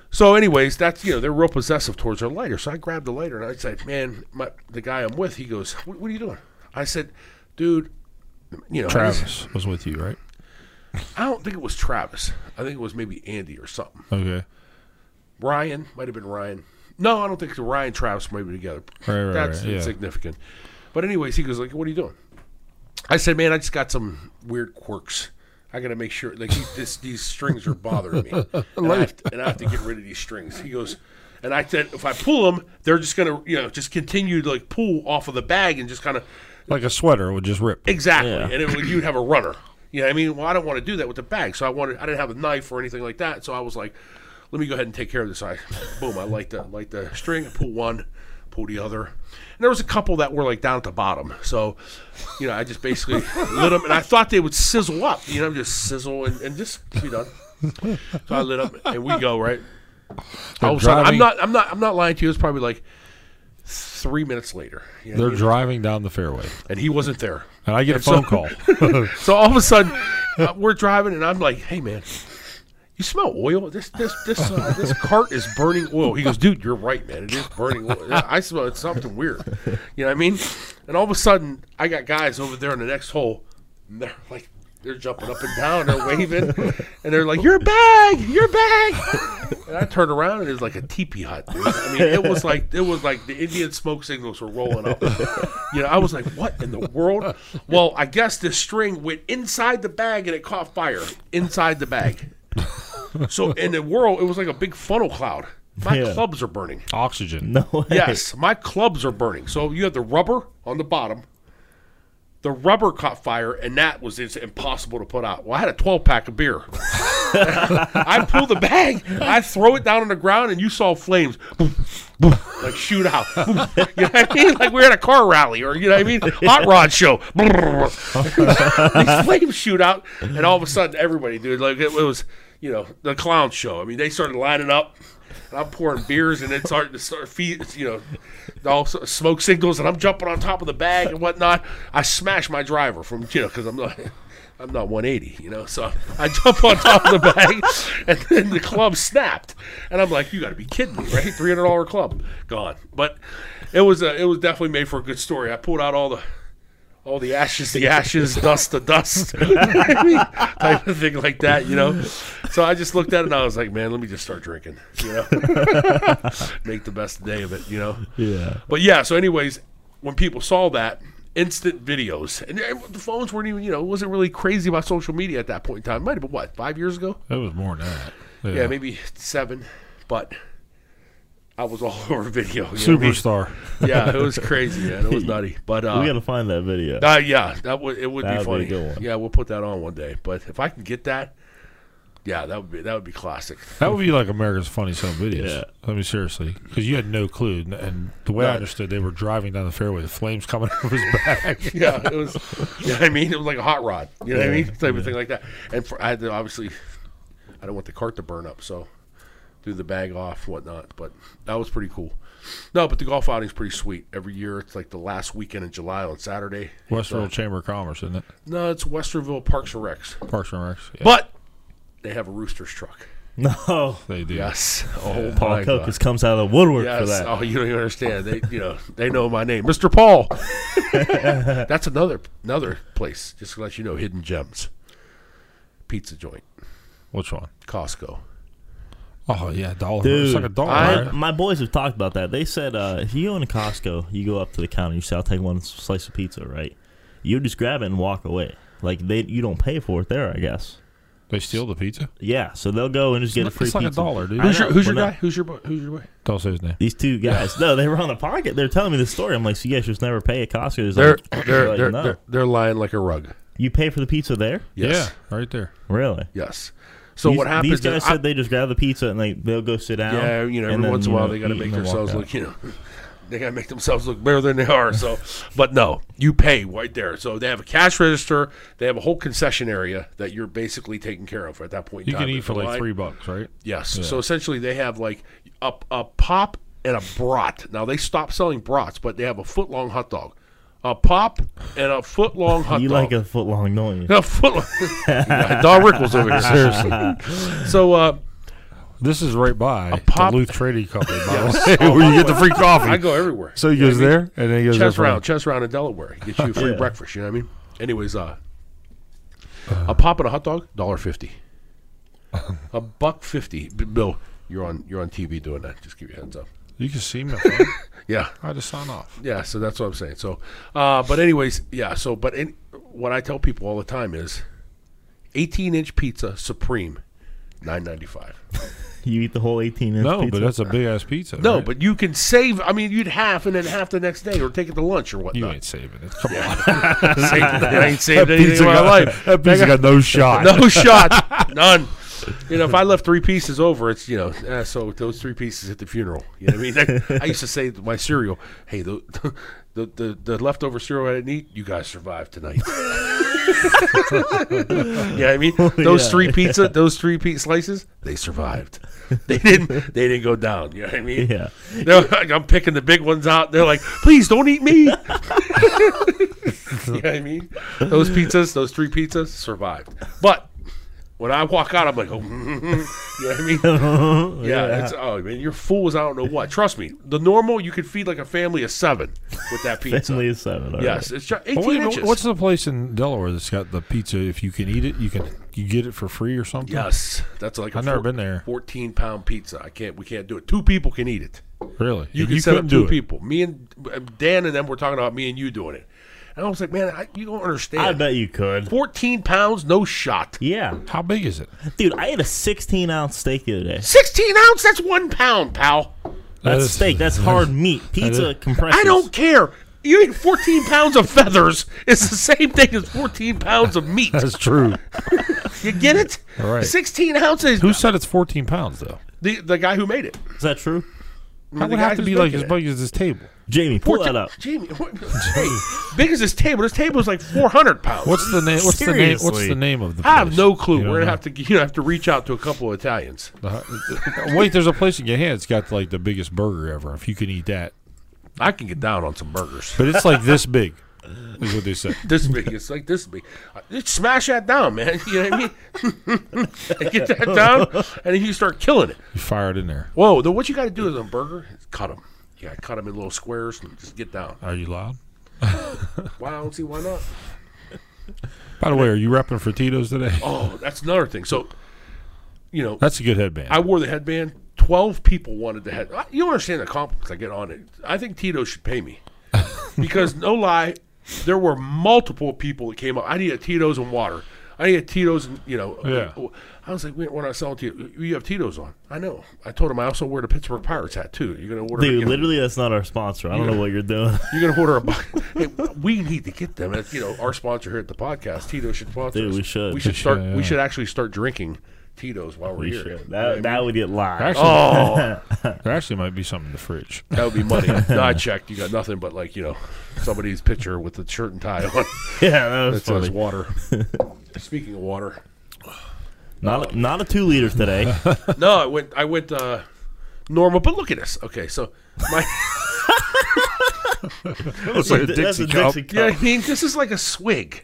Speaker 3: So, anyways, that's you know they're real possessive towards their lighter. So I grabbed the lighter and I said, "Man, my, the guy I'm with." He goes, what, "What are you doing?" I said, "Dude, you know, I just-
Speaker 4: Travis was with you, right?
Speaker 3: I don't think it was Travis. I think it was maybe Andy or something.
Speaker 4: Okay.
Speaker 3: Ryan might have been Ryan. No, I don't think so. Ryan and Travis might be together.
Speaker 4: Right, right,
Speaker 3: That's
Speaker 4: right, yeah.
Speaker 3: insignificant. But anyways, he goes like, "What are you doing?" I said, "Man, I just got some weird quirks. I got to make sure like he, this, these strings are bothering me, and, I have to, and I have to get rid of these strings." He goes, and I said, "If I pull them, they're just gonna you know just continue to like pull off of the bag and just kind of
Speaker 4: Like a sweater would just rip.
Speaker 3: Exactly.
Speaker 2: Yeah.
Speaker 3: And it would, you'd have a runner. You know what I mean? Well, I don't want to do that with the bag. So I wanted I didn't have a knife or anything like that. So I was like, let me go ahead and take care of this. I boom, I light the light the string, I pull one, pull the other. And there was a couple that were like down at the bottom. So, you know, I just basically lit them, and I thought they would sizzle up. You know, just sizzle and, and just be done. So I lit up, and we go right. All of a sudden, I'm
Speaker 4: driving-
Speaker 3: not, I'm not, I'm not lying to you. It's probably like three minutes later, you know what
Speaker 4: They're
Speaker 3: I mean?
Speaker 4: driving down the fairway,
Speaker 3: and he wasn't there.
Speaker 4: and I get a phone call.
Speaker 3: So all of a sudden, uh, we're driving, and I'm like, "Hey, man, you smell oil? This this this uh, this cart is burning oil." He goes, "Dude, you're right, man. It is burning oil. Yeah, I smell it's something weird. You know what I mean?" And all of a sudden, I got guys over there in the next hole, and they're like. They're jumping up and down. They're waving, and they're like, "You're a bag, you're a bag." And I turned around, and it was like a teepee hut. dude. I mean, it was like it was like the Indian smoke signals were rolling up. You know, I was like, "What in the world?" Well, I guess this string went inside the bag, and it caught fire inside the bag. So in the whirl, it was like a big funnel cloud. My
Speaker 2: Yeah.
Speaker 3: clubs are burning.
Speaker 4: Oxygen.
Speaker 2: No way.
Speaker 3: Yes, my clubs are burning. So you had the rubber on the bottom. The rubber caught fire, and that was it's impossible to put out. Well, I had a 12 pack of beer. I pull the bag, I throw it down on the ground, and you saw flames boom, boom, like shoot out. Boom. You know what I mean? Like we're at a car rally, or you know what I mean? Hot rod show. These flames shoot out, and all of a sudden, everybody, dude, like it was, you know, the clown show. I mean, they started lining up. And I'm pouring beers and it's starting to start feet, you know, all s- smoke signals, and I'm jumping on top of the bag and whatnot. I smash my driver from you know because I'm not. I'm not 180, you know, so I jump on top of the bag, and then the club snapped, and I'm like, "You got to be kidding me, right? Three hundred dollar club gone." But it was a, it was definitely made for a good story. I pulled out all the all the ashes, the ashes, dust, the dust, type of thing like that, you know. So I just looked at it and I was like, "Man, let me just start drinking," you know, make the best day of it, you know.
Speaker 2: Yeah.
Speaker 3: But yeah, so anyways, when people saw that, instant videos. And eh, the phones weren't even, you know, it wasn't really crazy about social media at that point in time. Might have been what, five years ago?
Speaker 4: That was more than that.
Speaker 3: Yeah, maybe seven. But I was all over video. you know what I mean?
Speaker 4: Superstar.
Speaker 3: yeah, it was crazy, man. It was nutty. But uh,
Speaker 2: We got to find that video.
Speaker 3: uh, yeah, that would it would
Speaker 2: That'd
Speaker 3: be
Speaker 2: be
Speaker 3: funny.
Speaker 2: a good one.
Speaker 3: Yeah, we'll put that on one day. But if I can get that, yeah, that would be that would be classic.
Speaker 4: That would be like America's Funniest Home Videos.
Speaker 2: Yeah.
Speaker 4: I mean, seriously, because you had no clue, and, and the way I
Speaker 3: No.
Speaker 4: understood, they were driving down the fairway, the flames coming out of his back.
Speaker 3: yeah, it was. You know what I mean, it was like a hot rod. You know what I mean, type of thing like that. And for, I had to obviously, I don't want the cart to burn up, so threw the bag off, whatnot. But that was pretty cool. No, but the golf outing's pretty sweet. Every year, it's like the last weekend in July on Saturday.
Speaker 4: Westfield Chamber of Commerce, isn't it?
Speaker 3: No, it's Westerville Parks and Recs,
Speaker 4: Parks and Recs. Yeah,
Speaker 3: but they have a Roosters truck.
Speaker 2: No.
Speaker 4: they do.
Speaker 3: Yes. Oh,
Speaker 2: Paul
Speaker 3: my God.
Speaker 2: Kokas comes out of the woodwork for
Speaker 3: Yes.
Speaker 2: that.
Speaker 3: Oh, you don't even understand. They, you know, they know my name, Mr. Paul. That's another another place. Just to let you know, hidden gems, pizza joint,
Speaker 4: Which one?
Speaker 3: Costco.
Speaker 4: Oh yeah, dollar.
Speaker 2: Dude,
Speaker 4: it's like a dollar.
Speaker 2: I-
Speaker 4: right?
Speaker 2: my boys have talked about that. They said uh, if you go into Costco, you go up to the counter, you say, "I'll take one slice of pizza," right? You just grab it and walk away. Like they, you don't pay for it there, I guess.
Speaker 4: They steal the pizza.
Speaker 2: Yeah, so they'll go and just get a
Speaker 4: It's
Speaker 2: free
Speaker 4: like a
Speaker 2: pizza.
Speaker 4: dollar, dude.
Speaker 2: I
Speaker 3: Who's your
Speaker 2: know,
Speaker 3: Who's your
Speaker 2: but no,
Speaker 3: guy? Who's your bo- Who's your boy?
Speaker 4: Don't say his name.
Speaker 2: These two guys, no, they were on the pocket. They're telling me the story. I'm like, so you guys just never pay at Costco. It's
Speaker 3: They're
Speaker 2: like,
Speaker 3: they're
Speaker 2: like,
Speaker 3: they're,
Speaker 2: no.
Speaker 3: they're they're lying like a rug.
Speaker 2: You pay for the pizza there?
Speaker 3: Yes.
Speaker 4: Yeah, right there.
Speaker 2: Really?
Speaker 3: Yes. So
Speaker 2: These-
Speaker 3: what happens?
Speaker 2: These
Speaker 3: is
Speaker 2: guys
Speaker 3: I-
Speaker 2: said they just grab the pizza and they they'll go sit down.
Speaker 3: Yeah, you know,
Speaker 2: and
Speaker 3: every
Speaker 2: then,
Speaker 3: once in a
Speaker 2: you
Speaker 3: while
Speaker 2: know,
Speaker 3: they got to
Speaker 2: eat
Speaker 3: make
Speaker 2: and then walk
Speaker 3: themselves
Speaker 2: out.
Speaker 3: look, you know, they got to make themselves look better than they are. So, but no, you pay right there. So they have a cash register. They have a whole concession area that you're basically taken care of at that point. in
Speaker 4: You can
Speaker 3: time.
Speaker 4: eat
Speaker 3: If
Speaker 4: for
Speaker 3: the
Speaker 4: like
Speaker 3: line-
Speaker 4: three bucks, right?
Speaker 3: Yes. So essentially, they have like a, a pop and a brat. Now they stopped selling brats, but they have a foot long hot dog, a pop and a foot long hot
Speaker 2: You
Speaker 3: dog.
Speaker 2: like a foot long, don't you?
Speaker 3: a foot. long Don Rickles over here. Seriously. so. uh
Speaker 4: This is right by
Speaker 3: pop-
Speaker 4: Duluth Trading Company, by the way, where you get the free coffee.
Speaker 3: I go everywhere.
Speaker 4: so he goes there, and then he goes
Speaker 3: Chess
Speaker 4: there for-
Speaker 3: round, chess round in Delaware. Get you a free
Speaker 2: Yeah.
Speaker 3: breakfast. You know what I mean? Anyways, uh,
Speaker 4: Uh.
Speaker 3: a pop and a hot dog, dollar fifty. a buck fifty. B- Bill, you're on you're on TV doing that. Just give you a heads up.
Speaker 4: You can see me. man.
Speaker 3: Yeah,
Speaker 4: I just sign off.
Speaker 3: yeah. So that's what I'm saying. So, uh, but anyways, yeah. So, but in, what I tell people all the time is, 18 inch pizza supreme, 9.95.
Speaker 2: You eat the whole 18 inch
Speaker 4: No,
Speaker 2: pizza.
Speaker 4: but that's a big ass pizza.
Speaker 3: No,
Speaker 4: right?
Speaker 3: but you can save. I mean, you'd half and then half the next day, or take it to lunch or
Speaker 4: you
Speaker 3: whatnot.
Speaker 4: ain't saving it. Come on.
Speaker 3: Saved it. I ain't saved anything in my life.
Speaker 4: That pizza got no shot.
Speaker 3: No shot. None. You know, if I left three pieces over, it's you know, eh, so those three pieces at the funeral. You know, what I mean, That- I used to say to my cereal, "Hey, the the the, the leftover cereal I didn't eat, you guys survived tonight." yeah, I mean, those
Speaker 2: yeah,
Speaker 3: three pizza, those three pizza slices, they survived. They didn't, they didn't go down. You know what I mean?
Speaker 2: Yeah.
Speaker 3: They're like, I'm picking the big ones out. They're like, please don't eat me. you know what I mean? Those pizzas, those three pizzas survived. But when I walk out, I'm like, oh, you know what I mean? Yeah, It's, oh, man, you're fools. I don't know what. Trust me, the normal, you could feed like a family of seven with that pizza.
Speaker 2: Family is seven. all
Speaker 3: yes, it's just 18
Speaker 4: Well, wait,
Speaker 3: inches.
Speaker 4: what's the place in Delaware that's got the pizza? If you can eat it, you can you get it for free or something.
Speaker 3: yes, that's like a
Speaker 4: I've never been there.
Speaker 3: 14 pound pizza. I can't, we can't do it. Two people can eat it.
Speaker 4: really.
Speaker 3: You
Speaker 4: And
Speaker 3: can set
Speaker 4: couldn't
Speaker 3: up two
Speaker 4: do it.
Speaker 3: people. Me and Dan and them were talking about me and you doing it. And I was like, man, I, you don't understand.
Speaker 2: I bet you could.
Speaker 3: 14 pounds, no shot.
Speaker 2: Yeah,
Speaker 4: How big is it?
Speaker 2: dude, I ate a 16 ounce steak the other day.
Speaker 3: 16 ounce, that's one pound, pal.
Speaker 4: That
Speaker 2: That's
Speaker 4: is-
Speaker 2: steak. That's hard meat. Pizza
Speaker 4: is-
Speaker 2: compresses.
Speaker 3: I don't care. You eat 14 pounds of feathers. It's the same thing as 14 pounds of meat.
Speaker 4: That's true.
Speaker 3: You get it?
Speaker 4: All right.
Speaker 3: 16 ounces.
Speaker 4: Who said it's 14 pounds though?
Speaker 3: the, the guy who made it?
Speaker 2: Is that true?
Speaker 4: That
Speaker 3: the
Speaker 4: would
Speaker 3: guy
Speaker 4: have to
Speaker 3: who's
Speaker 4: be like
Speaker 3: making
Speaker 4: as
Speaker 3: it.
Speaker 4: big as this table.
Speaker 2: Jamie, pull
Speaker 3: 14
Speaker 2: that up.
Speaker 3: Jamie, what, hey, big as this table. This table is like 400 pounds.
Speaker 4: What's the name? What's the name? What's
Speaker 2: Seriously.
Speaker 4: the name of the? Place?
Speaker 3: I have no clue.
Speaker 4: You
Speaker 3: We're
Speaker 4: don't
Speaker 3: gonna have to, you know, have to reach out to a couple of Italians.
Speaker 4: know. Wait, there's a place in Gahan. It's got like the biggest burger ever. If you can eat that,
Speaker 3: I can get down on some burgers.
Speaker 4: but it's like this big. Is what they said.
Speaker 3: this big. It's like this big. Uh, Just smash that down, man. You know what I mean? And get that down, and then you start killing it.
Speaker 4: You fire it in there.
Speaker 3: Whoa! Then what you got to do is a burger is cut them. You got to cut them in little squares and just get down.
Speaker 4: Are you loud?
Speaker 3: Why? I don't see why not.
Speaker 4: By the way, are you repping for Tito's today?
Speaker 3: Oh, that's another thing. So, you know,
Speaker 4: That's a good headband.
Speaker 3: I wore the headband. Twelve people wanted the head. I- You don't understand the compliments I get on it. I think Tito should pay me because no lie, there were multiple people that came up. I need a Tito's and water. I need a Tito's and you know.
Speaker 4: Yeah.
Speaker 3: I was like, "Wait, we're not selling Tito's. You have Tito's on. I know. I told him I also wear the Pittsburgh Pirates hat too. You're gonna order. you
Speaker 2: Dude,
Speaker 3: know,
Speaker 2: literally, that's not our sponsor. I don't know what you're doing.
Speaker 3: You're gonna order a box. hey, we need to get them. That's, you know, our sponsor here at the podcast, Tito should sponsor.
Speaker 2: Dude,
Speaker 3: us.
Speaker 2: we should.
Speaker 3: We should
Speaker 4: We
Speaker 3: start.
Speaker 4: should,
Speaker 3: We
Speaker 4: yeah.
Speaker 3: should actually start drinking Tito's while we're
Speaker 2: We
Speaker 3: here.
Speaker 2: should. That, that would get live.
Speaker 4: Actually,
Speaker 3: Oh.
Speaker 4: there actually might be something in the fridge.
Speaker 3: That would be money. no, I checked. You got nothing but like you know somebody's picture with the shirt and tie on.
Speaker 2: yeah, that was
Speaker 3: That says
Speaker 2: funny.
Speaker 3: water. Speaking of water,
Speaker 2: Not a, not a two liter today.
Speaker 3: no, I went. I went uh, normal. But look at this. Okay, so my
Speaker 4: Looks like a
Speaker 2: that's
Speaker 4: Dixie
Speaker 2: a
Speaker 4: cup.
Speaker 2: Dixie
Speaker 3: yeah,
Speaker 2: cup.
Speaker 3: I mean this is like a swig.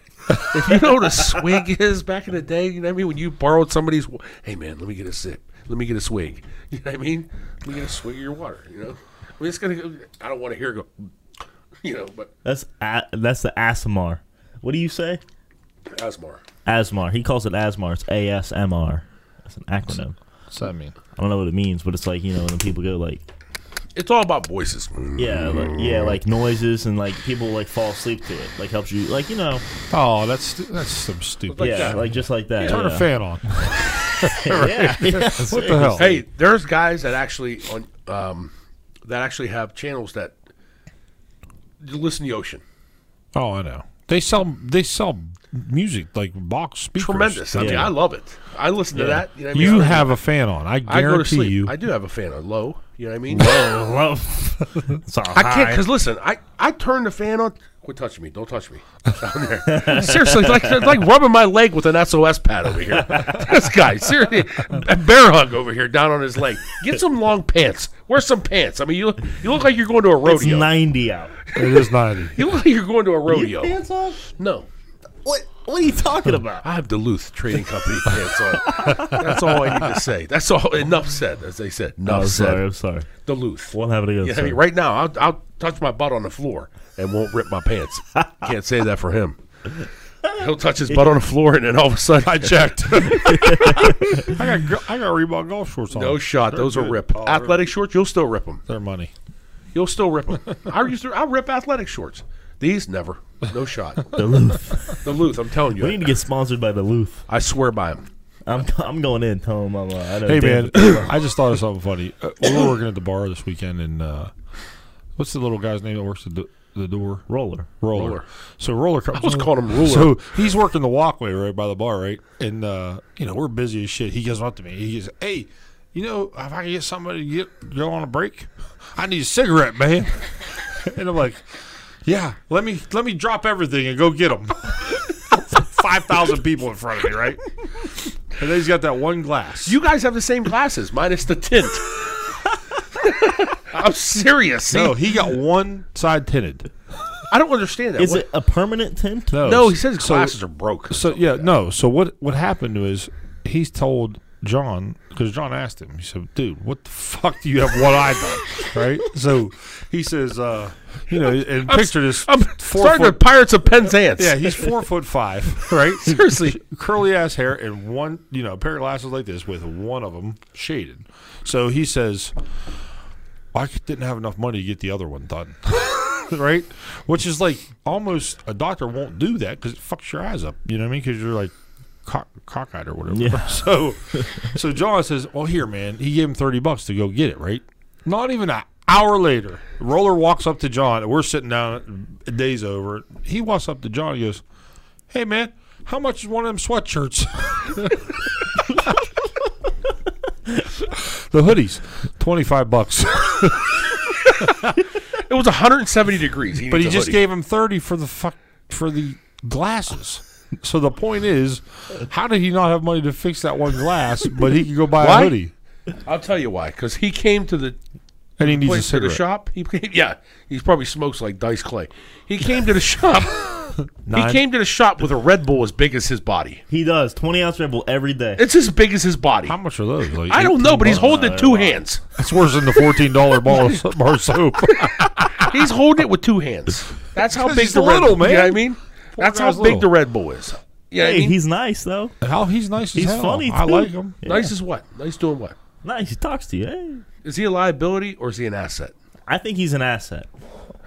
Speaker 3: If you know what a swig is, back in the day, you know what I mean. When you borrowed somebody's, wa- hey man, let me get a sip. Let me get a swig. You know what I mean? Let me get a swig of your water. You know, I mean it's gonna. Go, I don't want to hear it go. You know, but
Speaker 2: That's a, that's the Asmar. What do you say?
Speaker 3: Asmar.
Speaker 2: Asmar. He calls it Asmar. It's ASMR. That's an acronym.
Speaker 4: What's that mean?
Speaker 2: I don't know what it means, but it's like you know when people go like
Speaker 3: It's all about voices.
Speaker 2: yeah like, yeah like noises and like people like fall asleep to it like helps you like you know
Speaker 4: Oh, that's that's some stupid.
Speaker 3: Like
Speaker 2: yeah
Speaker 3: that.
Speaker 2: like just like that
Speaker 4: Turn
Speaker 2: yeah.
Speaker 4: a fan on.
Speaker 2: yeah, yeah.
Speaker 4: What the hell?
Speaker 3: Hey, there's guys that actually on um, that actually have channels that you listen to the ocean.
Speaker 4: Oh, I know. They sell they sell music like box speakers.
Speaker 3: Tremendous. I mean,
Speaker 2: Yeah.
Speaker 3: I love it. I listen to
Speaker 2: Yeah.
Speaker 3: that. You, know what I mean?
Speaker 4: You
Speaker 3: I-
Speaker 4: have a fan on. I
Speaker 3: I go to
Speaker 4: guarantee
Speaker 3: sleep.
Speaker 4: you.
Speaker 3: I do have a fan on low. You know what I mean?
Speaker 2: Well, it's all
Speaker 3: I can't
Speaker 2: high.
Speaker 3: because listen, I I turn the fan on. Quit touching me! Don't touch me down there. seriously, it's like it's like rubbing my leg with an SOS pad over here. this guy, seriously, a bear hug over here down on his leg. Get some long pants. Wear some pants. I mean, you look, you look like you're going to a
Speaker 2: It's
Speaker 3: rodeo.
Speaker 2: ninety out.
Speaker 4: It is ninety.
Speaker 3: you look like you're going to a rodeo.
Speaker 2: Pants on?
Speaker 3: No.
Speaker 2: What What are you talking about?
Speaker 3: I have Duluth Trading Company pants on. That's all I need to say. That's all. Enough said, as they said. Enough
Speaker 2: I'm
Speaker 3: said.
Speaker 2: sorry. I'm sorry.
Speaker 3: Duluth.
Speaker 2: Won't happen again.
Speaker 3: Yeah, I
Speaker 2: sir.
Speaker 3: mean, right now, I'll, I'll touch my butt on the floor and won't rip my pants. Can't say that for him. He'll touch his butt on the floor, and then all of a sudden, I checked.
Speaker 4: I got gr- I got Reebok golf shorts on.
Speaker 3: no shot. Those are
Speaker 4: Oh, good.
Speaker 3: rip.
Speaker 4: Oh, they're-
Speaker 3: athletic shorts, you'll still rip them.
Speaker 4: They're money.
Speaker 3: You'll still rip them. I used to. I rip athletic shorts. These never. No shot.
Speaker 2: Duluth.
Speaker 3: Duluth. I'm telling
Speaker 2: we need
Speaker 3: you.
Speaker 2: to get sponsored by Duluth.
Speaker 3: I swear by him.
Speaker 2: I'm I'm going in. Tell him I'm. Uh, I know
Speaker 4: Hey
Speaker 2: Dan-
Speaker 4: man, I just thought of something funny. Uh, we were working at the bar this weekend, and uh, what's the little guy's name that works at the the door
Speaker 2: roller.
Speaker 4: roller.
Speaker 3: Roller.
Speaker 4: So roller
Speaker 3: I
Speaker 4: comes.
Speaker 3: was calling him ruler.
Speaker 4: So he's working the walkway right by the bar, right? And uh, you know we're busy as shit. He goes up to me. He goes, "Hey, you know if I can get somebody to get, go on a break, I need a cigarette, man." and I'm like, "Yeah, let me let me drop everything and go get them." Five thousand people in front of me, right? And then he's got that one glass.
Speaker 3: you guys have the same glasses, minus the tint. I'm serious. See?
Speaker 4: no, he got one side tinted.
Speaker 3: I don't understand that.
Speaker 2: Is
Speaker 3: What-
Speaker 2: it a permanent tint?
Speaker 4: No,
Speaker 3: no, he says his
Speaker 4: oh, so-
Speaker 3: glasses are broke. or
Speaker 4: So
Speaker 3: something.
Speaker 4: yeah, no. So what what happened was he's told John because John asked him. He said, "Dude, what the fuck do you have one eye done?" Right. So he says, uh, "You know," and picture this.
Speaker 3: I'm
Speaker 4: four
Speaker 3: starting with
Speaker 4: foot,
Speaker 3: Pirates of Penzance.
Speaker 4: yeah, he's four foot five, right?
Speaker 3: Seriously.
Speaker 4: curly ass hair and one, you know, a pair of glasses like this with one of them shaded. So he says, "I didn't have enough money to get the other one done." right? Which is like almost a doctor won't do that because it fucks your eyes up. You know what I mean? Because you're like cock, cockeyed or whatever.
Speaker 2: Yeah.
Speaker 4: So, so John says, "Well, here, man." He gave him thirty bucks to go get it. Right? Not even an hour later, Roller walks up to John. and We're sitting down. Days over. He walks up to John. and goes, "Hey, man." How much is one of them sweatshirts? the hoodies, twenty five bucks.
Speaker 3: It was 170 degrees.
Speaker 4: But he just gave him thirty for the fuck for the glasses. So the point is, how did he not have money to fix that one glass? But he could go buy
Speaker 3: Why?
Speaker 4: a hoodie,
Speaker 3: I'll tell you why. Because he came to the
Speaker 4: and he needs a
Speaker 3: place to the
Speaker 4: cigarette.
Speaker 3: shop. He yeah, he probably smokes like Dice Clay. He came to the shop. he
Speaker 4: Nine.
Speaker 3: came to the shop with a Red Bull as big as his body.
Speaker 2: He does twenty ounce Red Bull every day.
Speaker 3: It's as big as his body.
Speaker 4: How much are those? Like
Speaker 3: I don't
Speaker 4: 18
Speaker 3: know, but he's
Speaker 4: bucks?
Speaker 3: holding it two hands.
Speaker 4: That's worse than the fourteen dollar ball of soap- bar soap.
Speaker 3: He's holding it with two hands. That's how
Speaker 4: 'Cause
Speaker 3: big
Speaker 4: he's
Speaker 3: the Red
Speaker 4: little,
Speaker 3: Bull. You know
Speaker 4: man.
Speaker 3: what I mean? That's how
Speaker 4: guy's
Speaker 3: big
Speaker 4: little.
Speaker 3: the Red Bull is. Yeah,
Speaker 2: hey,
Speaker 3: I mean,
Speaker 2: he's nice though.
Speaker 4: How he's nice. As
Speaker 2: He's
Speaker 4: hell.
Speaker 2: funny.
Speaker 4: I
Speaker 2: too.
Speaker 4: like him.
Speaker 2: Yeah.
Speaker 3: nice is what? Nice doing what?
Speaker 2: Nice. He talks to you. Hey.
Speaker 3: Is he a liability or is he an asset?
Speaker 2: I think he's an asset.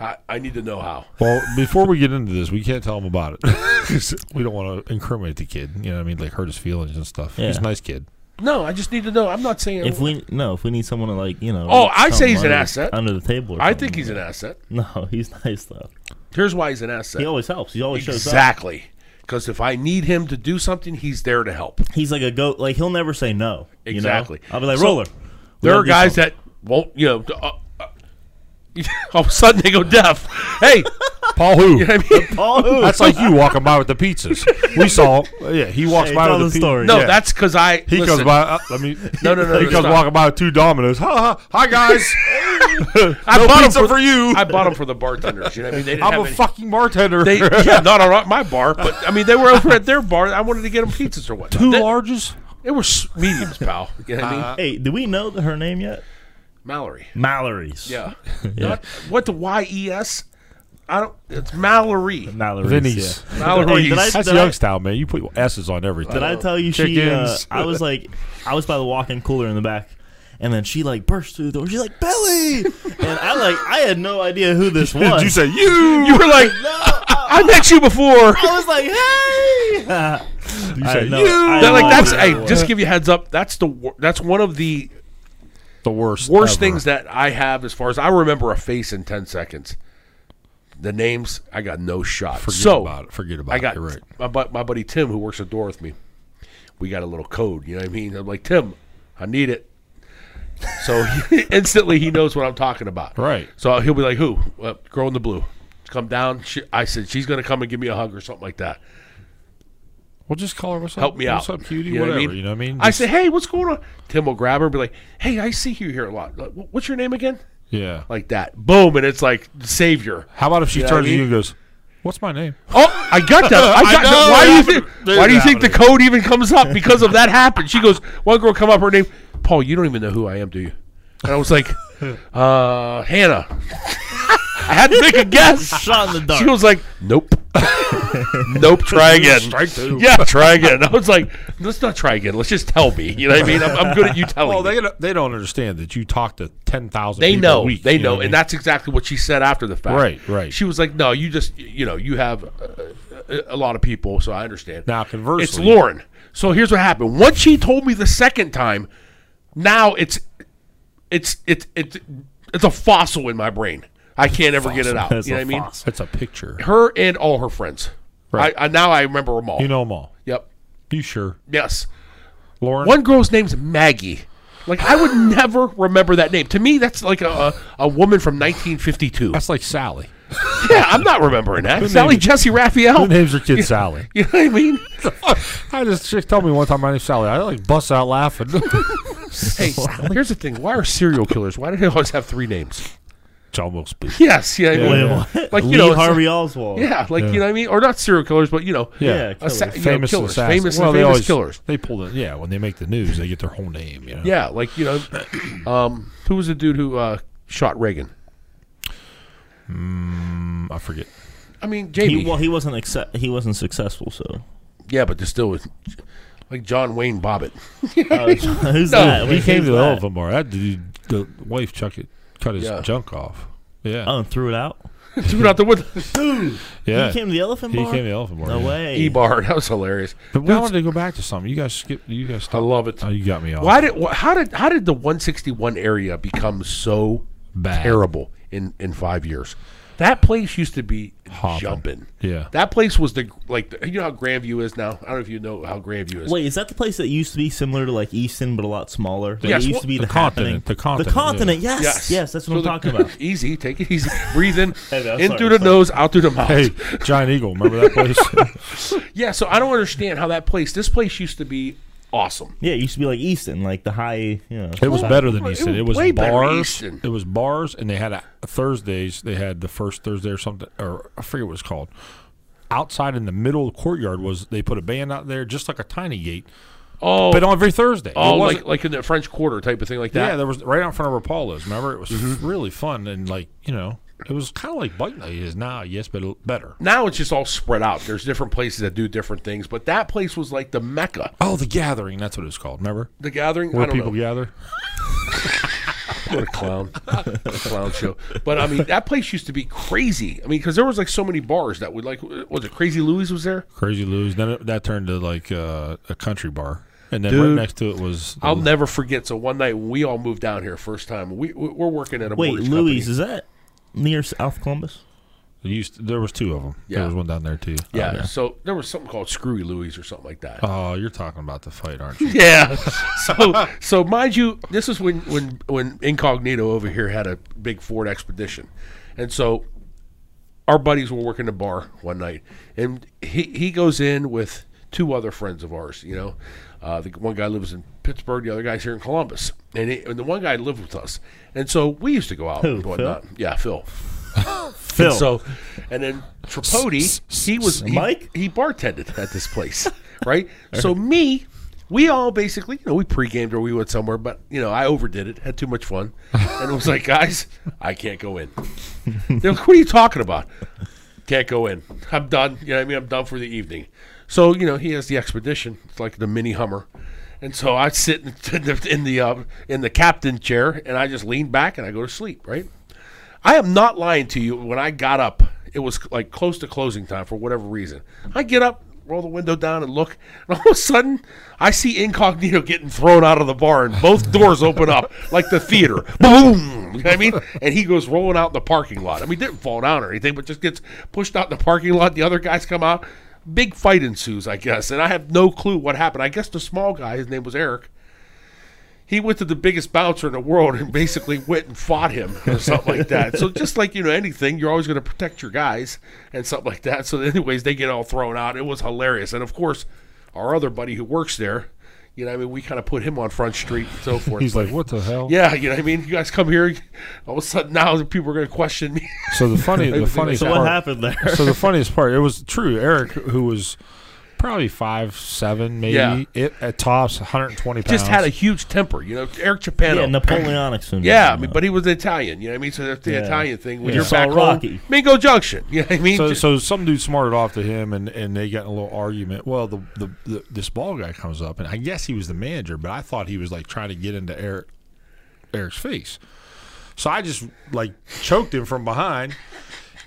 Speaker 3: I, I need to know how.
Speaker 4: Well, before we get into this, we can't tell him about it 'Cause we don't want to incriminate the kid. You know, what I mean, like hurt his feelings and stuff. He's
Speaker 2: Yeah.
Speaker 4: a nice kid.
Speaker 3: No, I just need to know. I'm not saying.
Speaker 2: If we no, if we need someone to like you know.
Speaker 3: Oh, I
Speaker 2: something
Speaker 3: say he's an
Speaker 2: under-
Speaker 3: asset.
Speaker 2: under the table. Or
Speaker 3: I
Speaker 2: something.
Speaker 3: think he's an asset.
Speaker 2: No, he's nice though.
Speaker 3: Here's why he's an asset.
Speaker 2: He always helps. He always shows up.
Speaker 3: Exactly. Because if I need him to do something, he's there to help.
Speaker 2: He's like a goat. Like he'll never say no. you know?
Speaker 3: Exactly.
Speaker 2: I'll be like
Speaker 3: So,
Speaker 2: roller. we
Speaker 3: There
Speaker 2: gotta
Speaker 3: are
Speaker 2: do
Speaker 3: guys
Speaker 2: something."
Speaker 3: that won't, you know, uh, uh, all of a sudden they go deaf. Hey,
Speaker 4: Paul, who?
Speaker 3: I mean,
Speaker 2: Paul who?
Speaker 4: That's like you walking by with the pizzas. We saw. Yeah, he walks
Speaker 2: Hey,
Speaker 4: by
Speaker 2: tell the
Speaker 4: with the pi-
Speaker 2: story.
Speaker 3: no,
Speaker 4: yeah.
Speaker 3: that's because I.
Speaker 4: He
Speaker 3: listen,
Speaker 4: comes by. Uh, let me.
Speaker 3: No, no, no,
Speaker 4: He
Speaker 3: no,
Speaker 4: comes
Speaker 3: stop.
Speaker 4: walking by with two dominoes. Ha ha! Hi guys.
Speaker 3: I
Speaker 4: no
Speaker 3: bought 'em
Speaker 4: pizza
Speaker 3: for-
Speaker 4: for, you.
Speaker 3: I bought them for the bartenders. You know what I mean? They didn't
Speaker 4: I'm
Speaker 3: have
Speaker 4: a
Speaker 3: any-
Speaker 4: fucking bartender.
Speaker 3: They, yeah, not on our- my bar, but I mean, they were over at their bar. I wanted to get them pizzas or what.
Speaker 4: Two
Speaker 3: they,
Speaker 4: larges.
Speaker 3: they were s- mediums, pal. You know what I mean?
Speaker 2: Hey, do we know her name yet?
Speaker 3: Mallory.
Speaker 2: Mallory's.
Speaker 3: Yeah. Not, what the Y E S? I don't. It's Mallory.
Speaker 2: Mallory's.
Speaker 4: Vinny's.
Speaker 2: Yeah.
Speaker 3: Mallory's.
Speaker 2: Hey, did I-
Speaker 4: That's
Speaker 2: did I-
Speaker 4: Youngstown, man. You put s's on everything.
Speaker 2: Did I tell you she? Uh,
Speaker 4: Chickens.
Speaker 2: I was like, I was by the walk-in cooler in the back, and then she like burst through the door. She's like, "Belly!" and I like, I had no idea who this was.
Speaker 4: Did you say you?
Speaker 3: You were like,
Speaker 2: No, uh, I,
Speaker 3: I met you before.
Speaker 2: I was like, "Hey!"
Speaker 4: You
Speaker 2: I
Speaker 4: said
Speaker 2: know.
Speaker 4: you.
Speaker 2: I
Speaker 3: They're like
Speaker 2: know
Speaker 3: that's
Speaker 2: who
Speaker 3: hey,
Speaker 2: it was.
Speaker 3: just to give you a heads up. That's the wor- that's one of the
Speaker 4: the worst.
Speaker 3: worst
Speaker 4: ever.
Speaker 3: things that I have as far as I remember a face in ten seconds. The names I got no shot.
Speaker 4: Forget
Speaker 3: so
Speaker 4: about it. Forget about
Speaker 3: I got
Speaker 4: it. You're right.
Speaker 3: my bu- my buddy Tim who works at door with me. We got a little code. You know what I mean? I'm like Tim, I need it. So he, instantly he knows what I'm talking about.
Speaker 4: Right.
Speaker 3: So he'll be like, "Who? Uh, girl in the blue." Come down. She, I said she's gonna come and give me a hug or something like that.
Speaker 4: Well, just call her. What's up?
Speaker 3: help me
Speaker 4: what's
Speaker 3: out.
Speaker 4: up, cutie?
Speaker 3: You know what I
Speaker 4: Whatever.
Speaker 3: mean?
Speaker 4: You know what I mean?
Speaker 3: I
Speaker 4: Just-
Speaker 3: say, hey, what's going on? Tim will grab her and be like, hey, I see you here a lot. Like, "Wh- What's your name again?
Speaker 4: Yeah.
Speaker 3: Like that. Boom. And it's like, savior.
Speaker 4: How about if she
Speaker 3: know what I
Speaker 4: turns to you
Speaker 3: mean?
Speaker 4: and goes, "What's my name?"
Speaker 3: Oh, I got that. I
Speaker 4: I
Speaker 3: got
Speaker 4: know,
Speaker 3: that. Why do you
Speaker 4: it
Speaker 3: think,
Speaker 4: happened. Dude,
Speaker 3: why do you
Speaker 4: it
Speaker 3: think the code even comes up because of that happened? She goes, one girl come up, her name, Paul, you don't even know who I am, do you? And I was like, uh, Hannah. I had to make a guess.
Speaker 2: shot in the dark.
Speaker 3: She was like, nope. nope, try again.
Speaker 4: Strike two.
Speaker 3: Yeah, try again. I was like, let's not try again. Let's just tell me. You know what I mean? I'm, I'm good at you telling
Speaker 4: Well,
Speaker 3: me.
Speaker 4: Oh, they don't- they don't understand that you talk to ten thousand.
Speaker 3: They know.
Speaker 4: A week,
Speaker 3: they
Speaker 4: you
Speaker 3: know.
Speaker 4: what I mean?
Speaker 3: And that's exactly what she said after the fact.
Speaker 4: Right, right.
Speaker 3: She was like, no, you just, you know, you have uh, a, a lot of people, so I understand.
Speaker 4: now conversely,
Speaker 3: it's Lauren. So here's what happened. Once she told me the second time, now it's, it's, it's, it's, it's a fossil in my brain. I can't ever get it out.
Speaker 2: That's
Speaker 3: you know
Speaker 2: a
Speaker 3: what I mean?
Speaker 2: fossil.
Speaker 4: That's a picture.
Speaker 3: Her and all her friends.
Speaker 4: Right.
Speaker 3: I, I now I remember them all.
Speaker 4: You know them all.
Speaker 3: Yep.
Speaker 4: You sure,
Speaker 3: Yes.
Speaker 4: Lauren?
Speaker 3: One girl's name's Maggie. Like I would never remember that name. To me, that's like a a, a woman from 1952.
Speaker 4: That's like Sally.
Speaker 3: yeah, I'm not remembering that. Sally
Speaker 4: named-
Speaker 3: Jesse
Speaker 4: Who
Speaker 3: Raphael.
Speaker 4: names her kid Sally?
Speaker 3: You know Oh. what I mean?
Speaker 4: I just she told me one time my name's Sally. I like bust out laughing.
Speaker 3: hey, here's the thing. Why are serial killers? Why do they always have three names?
Speaker 4: it's almost big.
Speaker 3: Yes. Yeah. I mean,
Speaker 2: Wait,
Speaker 4: Yeah.
Speaker 2: what?
Speaker 3: Like, you
Speaker 2: Lee
Speaker 3: know, it's-
Speaker 2: Harvey Oswald.
Speaker 3: Yeah. Like you know what I mean? Or not serial killers, but you know.
Speaker 2: Yeah,
Speaker 3: a sa-
Speaker 2: killers.
Speaker 3: you know,
Speaker 4: famous
Speaker 3: killers,
Speaker 4: assassins.
Speaker 3: famous,
Speaker 4: well,
Speaker 3: and
Speaker 4: they
Speaker 3: famous
Speaker 4: always,
Speaker 3: killers.
Speaker 4: They pull it. Yeah, when they make the news, they get their whole name. You know?
Speaker 3: Yeah, like you know, um, who was the dude who uh, shot Reagan?
Speaker 4: Mm, I forget.
Speaker 3: I mean,
Speaker 2: He,
Speaker 3: Jamie.
Speaker 2: well, he wasn't accept, he wasn't successful, so
Speaker 3: yeah, but there's still was like John Wayne Bobbitt.
Speaker 2: Uh, who's
Speaker 3: No,
Speaker 2: that?
Speaker 4: he
Speaker 2: Wait,
Speaker 4: came
Speaker 2: who's
Speaker 4: to the
Speaker 2: that?
Speaker 4: Elvamore. That dude, the wife chuck it, cut his
Speaker 3: Yeah. Um,
Speaker 4: junk off. Yeah,
Speaker 2: Oh, and threw it out.
Speaker 3: Dude out the wood.
Speaker 4: yeah.
Speaker 2: He came to the elephant
Speaker 4: He
Speaker 2: bar.
Speaker 4: came to Elvamore.
Speaker 2: no
Speaker 4: yeah.
Speaker 2: way.
Speaker 3: E bar. That was hilarious.
Speaker 4: But we wanted to go back to something. You guys skipped. You guys.
Speaker 3: I love it.
Speaker 4: Oh, you got me off.
Speaker 3: Why did wh- how did how did the 161 area become so
Speaker 4: Bad.
Speaker 3: terrible in in five years? That place used to be
Speaker 4: Hopping.
Speaker 3: jumping.
Speaker 4: Yeah.
Speaker 3: That place was the like the, you know how Grandview is now. I don't know if you know how Grandview is.
Speaker 2: Wait, is that the place that used to be similar to like Easton but a lot smaller? Like,
Speaker 3: Yes,
Speaker 2: it used
Speaker 3: well-
Speaker 2: to be the,
Speaker 4: The continent,
Speaker 2: happening-
Speaker 4: the continent,
Speaker 2: The continent. Yes. Yes. that's what
Speaker 3: So
Speaker 2: I'm
Speaker 3: the-
Speaker 2: talking about.
Speaker 3: easy, take it easy. Breathe in,
Speaker 2: Hey, man, I'm
Speaker 3: in
Speaker 2: sorry,
Speaker 3: through the
Speaker 2: sorry.
Speaker 3: nose, out through the mouth.
Speaker 4: Hey, Giant Eagle. Remember that place?
Speaker 3: Yeah, so I don't understand how that place. This place used to be awesome.
Speaker 2: Yeah, it used to be like Easton, like the high. You know,
Speaker 4: it was better than Easton.
Speaker 3: was
Speaker 4: It was
Speaker 3: way better than
Speaker 4: bars.
Speaker 3: Easton.
Speaker 4: It was bars, and they had a, Thursdays. They had the first Thursday or something, or I forget what it's called. Outside in the middle of the courtyard was they put a band out there, just like a tiny gate,
Speaker 3: Oh,
Speaker 4: but on every Thursday. It
Speaker 3: oh,
Speaker 4: wasn't-
Speaker 3: like like in the French Quarter type of thing, like
Speaker 4: Yeah,
Speaker 3: that.
Speaker 4: there was right out in front of Rapallo's. Remember, it was really fun and like you know, it was kind of like bike night is now. Yes, but l- better.
Speaker 3: now it's just all spread out. There's different places that do different things, but that place was like the mecca,
Speaker 4: Oh, the gathering. That's what it was called. Remember
Speaker 3: the gathering. I
Speaker 4: where
Speaker 3: don't
Speaker 4: people
Speaker 3: know.
Speaker 4: gather.
Speaker 3: What a clown, What a clown show. But I mean, that place used to be crazy. I mean, because there was like so many bars that would like was it Crazy Louie's was there?
Speaker 4: Crazy Lou's. Then it, that turned to like uh, a country bar, and then
Speaker 3: Dude.
Speaker 4: right next to it was. the-
Speaker 3: I'll never forget. So one night when we all moved down here first time, we we- we're working at a
Speaker 2: wait,
Speaker 3: mortgage
Speaker 2: Louis,
Speaker 3: company.
Speaker 2: is that near South Columbus?
Speaker 4: it used there was two of them.
Speaker 3: Yeah.
Speaker 4: There was one down there too.
Speaker 3: Yeah, so there was something called Screwy Louie's or something like that.
Speaker 4: Oh, you're talking about the fight, aren't you?
Speaker 3: Yeah. So so mind you, this is when when when Incognito over here had a big Ford Expedition, and so our buddies were working the bar one night, and he he goes in with two other friends of ours. You know, uh, the one guy lives in Pittsburgh, the other guy's here in Columbus, and, he, and the one guy lived with us, and so we used to go out
Speaker 2: Who,
Speaker 3: and whatnot. Yeah, Phil.
Speaker 2: Phil.
Speaker 3: So, and then Tripodi, he was he,
Speaker 2: Mike?
Speaker 3: He bartended at this place, right? So me, we all basically, you know, we pre-gamed or we went somewhere, but you know, I overdid it, had too much fun, and it was like, guys, I can't go in. They're like, what are you talking about? Can't go in. I'm done. You know what I mean? I'm done for the evening. So you know, he has the expedition. It's like the mini Hummer. And so I sit in the in the, uh, in the captain chair, and I just lean back and I go to sleep. Right, I am not lying to you. When I got up, it was like close to closing time for whatever reason. I get up, roll the window down, and look, and all of a sudden, I see Incognito getting thrown out of the bar, and both doors open up like the theater. Boom! You know what I mean? And he goes rolling out in the parking lot. I mean, didn't fall down or anything, but just gets pushed out in the parking lot. The other guys come out. Big fight ensues, I guess, and I have no clue what happened. I guess the small guy, his name was Eric he went to the biggest bouncer in the world and basically went and fought him or something like that. So just like you know anything, you're always going to protect your guys and something like that. So anyways, they get all thrown out. It was hilarious, and of course, our other buddy who works there, you know, I mean, we kind of put him on front street and so forth.
Speaker 4: He's like, what the hell?
Speaker 3: yeah, you know, what I mean, you guys come here, all of a sudden now people are going to question me.
Speaker 4: So the funny, the funniest
Speaker 2: so
Speaker 4: part.
Speaker 2: what happened there?
Speaker 4: so the funniest part, it was true. Eric, who was probably five seven, maybe
Speaker 3: Yeah.
Speaker 4: it, at tops, 120 pounds.
Speaker 3: Just had a huge temper, you know, Eric Chapano.
Speaker 2: yeah, Napoleonic syndrome.
Speaker 3: Yeah, I mean, but he was Italian. You know what I mean? So that's the
Speaker 2: Yeah.
Speaker 3: Italian thing. When
Speaker 2: Yeah.
Speaker 3: you're
Speaker 2: Saw
Speaker 3: back home,
Speaker 2: Rocky.
Speaker 3: Mingo Junction. You know what I mean?
Speaker 4: So,
Speaker 3: Just-
Speaker 4: so some dude smarted off to him, and, and they got in a little argument. Well, the, the, the this ball guy comes up, and I guess he was the manager, but I thought he was like trying to get into Eric Eric's face. So I just like choked him from behind,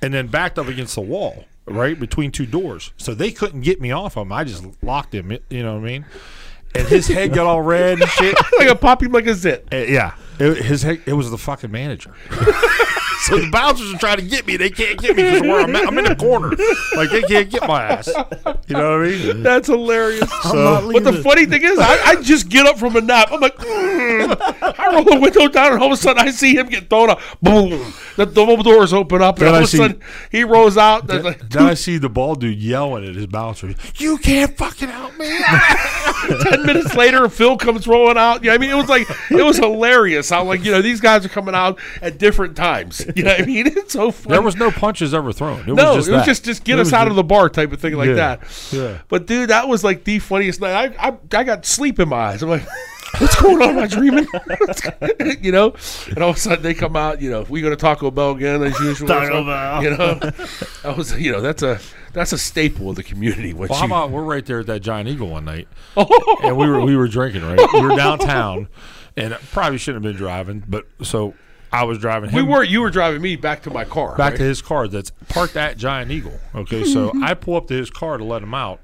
Speaker 4: and then backed up against the wall, right between two doors. So they couldn't get me off him. I just locked him. You know what I mean? And his head got all red and shit.
Speaker 3: like a poppy like a zit.
Speaker 4: Uh, yeah, it, his head, it was the fucking manager. So the bouncers are trying to get me. They can't get me because where I'm at. I'm in the corner. Like they can't get my ass. You know what I mean?
Speaker 3: That's hilarious.
Speaker 4: So
Speaker 3: But the funny thing is, I, I just get up from a nap. I'm like, mm. I roll the window down, and all of a sudden I see him get thrown up. Boom! The double doors open up, and
Speaker 4: Then
Speaker 3: all
Speaker 4: I
Speaker 3: of a
Speaker 4: see-
Speaker 3: sudden he rolls out. There's like,
Speaker 4: then I see the bald dude yelling at his bouncer. You can't fucking help me.
Speaker 3: Ten minutes later, Phil comes rolling out. Yeah, I mean, it was like it was hilarious. How like you know these guys are coming out at different times. You know what I mean? It's so funny.
Speaker 4: There was no punches ever thrown. It
Speaker 3: no,
Speaker 4: was just
Speaker 3: it was
Speaker 4: that.
Speaker 3: just just get
Speaker 4: It
Speaker 3: us
Speaker 4: was
Speaker 3: out
Speaker 4: ju-
Speaker 3: of the bar type of thing like
Speaker 4: Yeah.
Speaker 3: that.
Speaker 4: Yeah.
Speaker 3: But dude, that was like the funniest night. I I, I got sleep in my eyes. I'm like, what's going on? Am I dreaming? you know? And all of a sudden they come out. You know, we go to Taco Bell again as usual. or
Speaker 2: Taco
Speaker 3: something,
Speaker 2: Bell.
Speaker 3: You know, I was you know that's a that's a staple of the community. What
Speaker 4: Well, how
Speaker 3: you,
Speaker 4: about we're right there at that Giant Eagle one night,
Speaker 3: Oh.
Speaker 4: and we were we were drinking right. We were downtown, and I probably shouldn't have been driving, but so I was driving.
Speaker 3: we
Speaker 4: Him
Speaker 3: were you were driving me back to my car.
Speaker 4: back
Speaker 3: right?
Speaker 4: to his car that's parked at Giant Eagle. Okay, so I pull up to his car to let him out,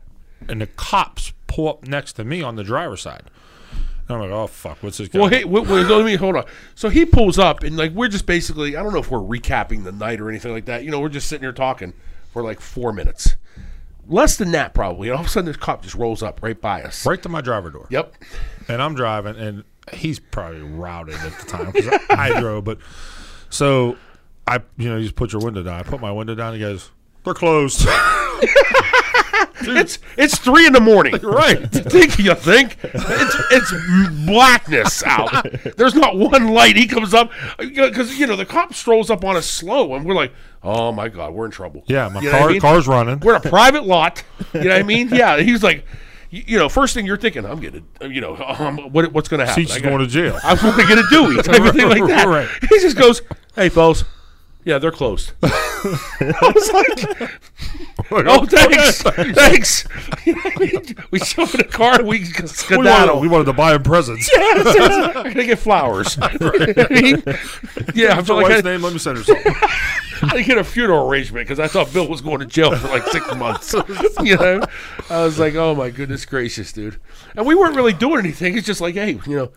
Speaker 4: and the cops pull up next to me on the driver's side. And I'm like, oh fuck, what's this guy?
Speaker 3: Well, hey, wait, wait, let me hold on. So he pulls up, and like we're just basically, I don't know if we're recapping the night or anything like that. You know, we're just sitting here talking for like four minutes, less than that probably. And all of a sudden, this cop just rolls up right by us.
Speaker 4: right to my driver door.
Speaker 3: Yep.
Speaker 4: and I'm driving, and he's probably routed at the time because I, I drove. But so I, you know, you just put your window down. I put my window down. He goes, "They're closed."
Speaker 3: It's it's three in the morning.
Speaker 4: right.
Speaker 3: think you think it's it's blackness out. There's not one light. He comes up because you know the cop strolls up on us slow, and we're like, oh my god, we're in trouble.
Speaker 4: Yeah, my
Speaker 3: You know what I
Speaker 4: car,
Speaker 3: mean?
Speaker 4: car's running.
Speaker 3: We're in a private lot. You know what I mean? Yeah. He's like, you, you know, first thing you're thinking, I'm getting, you know, um, what, what's going to happen?
Speaker 4: Teach
Speaker 3: I
Speaker 4: is
Speaker 3: got-
Speaker 4: going to jail.
Speaker 3: I'm going to get a Dewey type of thing like that.
Speaker 4: Right.
Speaker 3: He just goes, hey, fellas. Yeah, they're closed. I was like, oh, thanks, thanks. You know what I mean? we showed the car, we
Speaker 4: we, wanted,
Speaker 3: skedaddle.
Speaker 4: we wanted to buy him presents.
Speaker 3: I'm going to get flowers. You know what I mean? Yeah, I
Speaker 4: Your
Speaker 3: feel like I,
Speaker 4: wife's name. Let me send her something.
Speaker 3: I didn't get a funeral arrangement because I thought Bill was going to jail for like six months. you know, I was like, oh my goodness gracious, dude. And we weren't really doing anything. It's just like, hey, you know.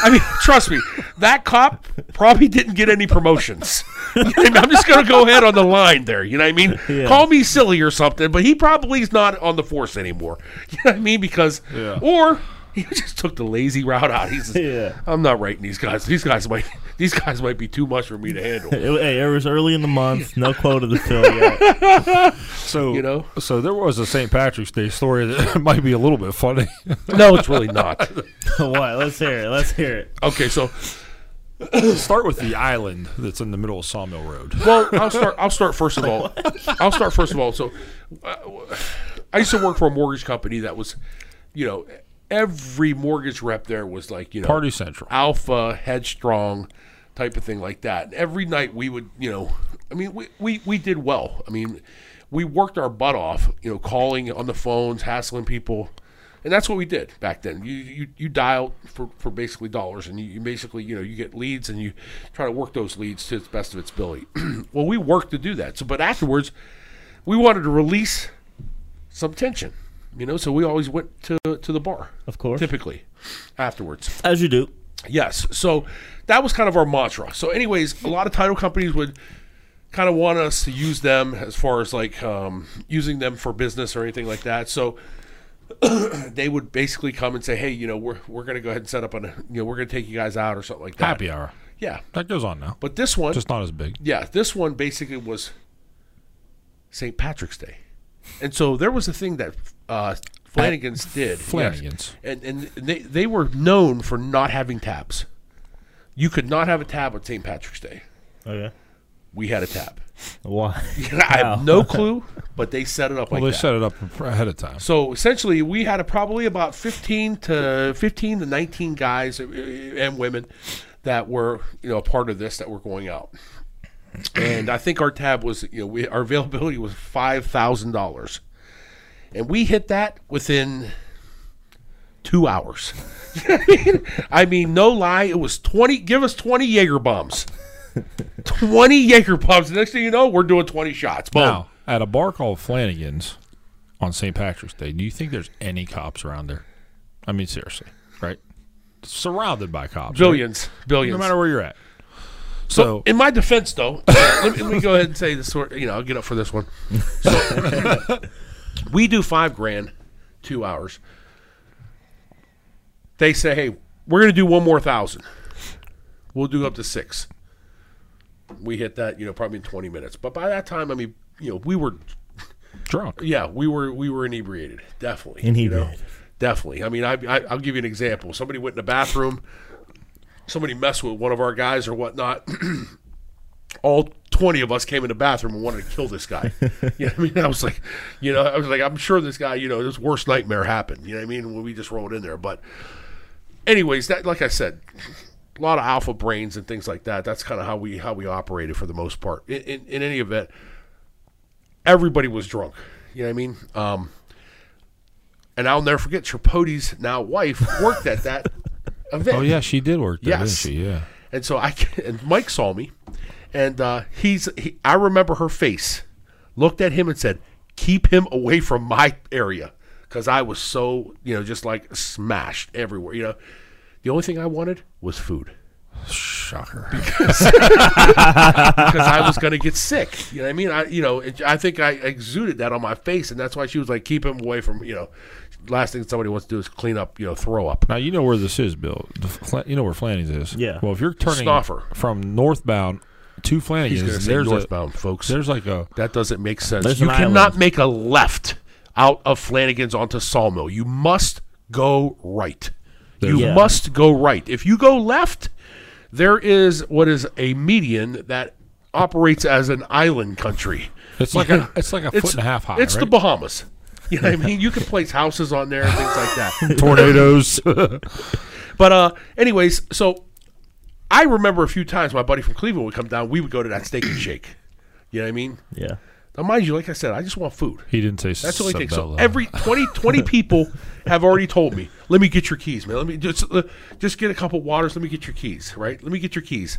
Speaker 3: I mean, trust me, that cop probably didn't get any promotions. You know what I mean? I'm just going to go ahead on the line there. You know what I mean?
Speaker 2: Yeah.
Speaker 3: Call me silly or something, but he probably is not on the force anymore. You know what I mean? Because,
Speaker 4: Yeah.
Speaker 3: or he just took the lazy route out. He's just,
Speaker 2: Yeah.
Speaker 3: I'm not writing these guys. These guys might, these guys might be too much for me to handle.
Speaker 2: It- hey, it was early in the month. No quota to fill yet.
Speaker 4: So
Speaker 3: You know?
Speaker 4: So there was a St. Patrick's Day story that might be a little bit funny.
Speaker 3: No, it's really not.
Speaker 2: what? Let's hear it. Let's hear it.
Speaker 3: Okay, so
Speaker 4: Start with the island that's in the middle of Sawmill Road.
Speaker 3: well, I'll start. I'll start first of all. I'll start first of all. So, uh, I used to work for a mortgage company that was, you know, every mortgage rep there was like, you know,
Speaker 4: Party Central.
Speaker 3: alpha, headstrong, type of thing like that. Every night we would, you know, I mean, we we we did well. I mean, we worked our butt off, you know, calling on the phones, hassling people. And that's what we did back then. You you, you dial for, for basically dollars, and you, you basically you know you get leads, and you try to work those leads to its best of its ability. well, we worked to do that. So, but afterwards, we wanted to release some tension, you know. So we always went to to the bar,
Speaker 2: Of course.
Speaker 3: typically afterwards.
Speaker 2: As you do.
Speaker 3: Yes. So that was kind of our mantra. So, anyways, a lot of title companies would kind of want us to use them as far as like um, using them for business or anything like that. So they would basically come and say, "Hey, you know, we're we're going to go ahead and set up on a, you know, we're going to take you guys out or something like that."
Speaker 4: Happy hour.
Speaker 3: Yeah.
Speaker 4: That goes on now.
Speaker 3: But this one,
Speaker 4: Just not as big.
Speaker 3: yeah, this one basically was St. Patrick's Day, and so there was a thing that uh, Flanagan's did. yes.
Speaker 4: Flanagan's.
Speaker 3: and and they they were known for not having tabs. You could not have a tab on St. Patrick's Day.
Speaker 2: Okay.
Speaker 3: We had a tab.
Speaker 2: Why?
Speaker 3: I have no clue, but they set it up
Speaker 4: Well,
Speaker 3: like
Speaker 4: they
Speaker 3: that.
Speaker 4: set it up ahead of time.
Speaker 3: So essentially, we had a, probably about fifteen to fifteen to nineteen guys uh, and women that were you know a part of this that were going out, and I think our tab was you know we, our availability was five thousand dollars, and we hit that within two hours. I mean, no lie, it was twenty. Give us twenty Jaeger bombs. 20 Jaeger bombs. The next thing you know, we're doing 20 shots. Boom.
Speaker 4: Now, at a bar called Flanagan's on St. Patrick's Day, do you think there's any cops around there? I mean, seriously, right? Surrounded by cops. right?
Speaker 3: billions. Billions.
Speaker 4: No matter where you're at. So
Speaker 3: in my defense, though, let, me, let me go ahead and say this. Sort, you know, I'll get up for this one. So, we do five grand, two hours. They say, "Hey, we're going to do one more thousand. We'll do up to six. We hit that, you know, probably in twenty minutes. But by that time, I mean, you know, we were,
Speaker 4: drunk.
Speaker 3: yeah, we were, we were inebriated, definitely. you know.
Speaker 2: Inebriated.
Speaker 3: definitely. I mean, I, I, I'll give you an example. Somebody went in the bathroom. Somebody messed with one of our guys or whatnot. all 20 of us came in the bathroom and wanted to kill this guy. you know what I mean? I was like, you know, I was like, I'm sure this guy, you know, his worst nightmare happened. You know what I mean? When we just rolled in there. But, anyways, that, like I said, a lot of alpha brains and things like that. That's kind of how we, how we operated for the most part. In, in, in any event, everybody was drunk. You know what I mean? Um, and I'll never forget Tripodi's now wife worked at that event.
Speaker 4: Oh yeah, she did work there,
Speaker 3: Yes.
Speaker 4: didn't she? Yeah.
Speaker 3: And so I and Mike saw me, and uh, he's he, I remember her face, looked at him and said, "Keep him away from my area," because I was so you know just like smashed everywhere. You know, the only thing I wanted was food
Speaker 4: Shocker.
Speaker 3: because I was going to get sick. You know what I mean? I you know it, I think I exuded that on my face, and that's why she was like, "Keep him away from you know." Last thing somebody wants to do is clean up you know throw up.
Speaker 4: Now you know where this is, Bill. The Fla- you know where Flanagan's is.
Speaker 2: Yeah.
Speaker 4: Well, if you're turning
Speaker 3: Stauffer.
Speaker 4: from northbound to
Speaker 3: He's going to
Speaker 4: Flanagan's,
Speaker 3: say
Speaker 4: there's
Speaker 3: northbound,
Speaker 4: a
Speaker 3: folks.
Speaker 4: there's like a
Speaker 3: That doesn't make sense.
Speaker 2: There's
Speaker 3: you
Speaker 2: an
Speaker 3: cannot
Speaker 2: island.
Speaker 3: make a left out of Flanagan's onto Sawmill. You must go right. You
Speaker 2: Yeah.
Speaker 3: must go right. If you go left, there is what is a median that operates as an island country.
Speaker 4: it's like a it's like a
Speaker 3: It's,
Speaker 4: foot and a half high.
Speaker 3: It's the
Speaker 4: right?
Speaker 3: Bahamas. You know what I mean? You can place houses on there and things like that.
Speaker 4: tornadoes.
Speaker 3: But uh, anyways, so I remember a few times my buddy from Cleveland would come down. We would go to that steak and shake. You know what I mean?
Speaker 2: Yeah.
Speaker 3: Now, mind you, like I said, I just want food.
Speaker 4: he didn't say
Speaker 3: That's the only thing. So
Speaker 4: Sabella.
Speaker 3: every 20, 20 people have already told me, "Let me get your keys, man. Let me just uh, just get a couple waters. Let me get your keys, right? Let me get your keys."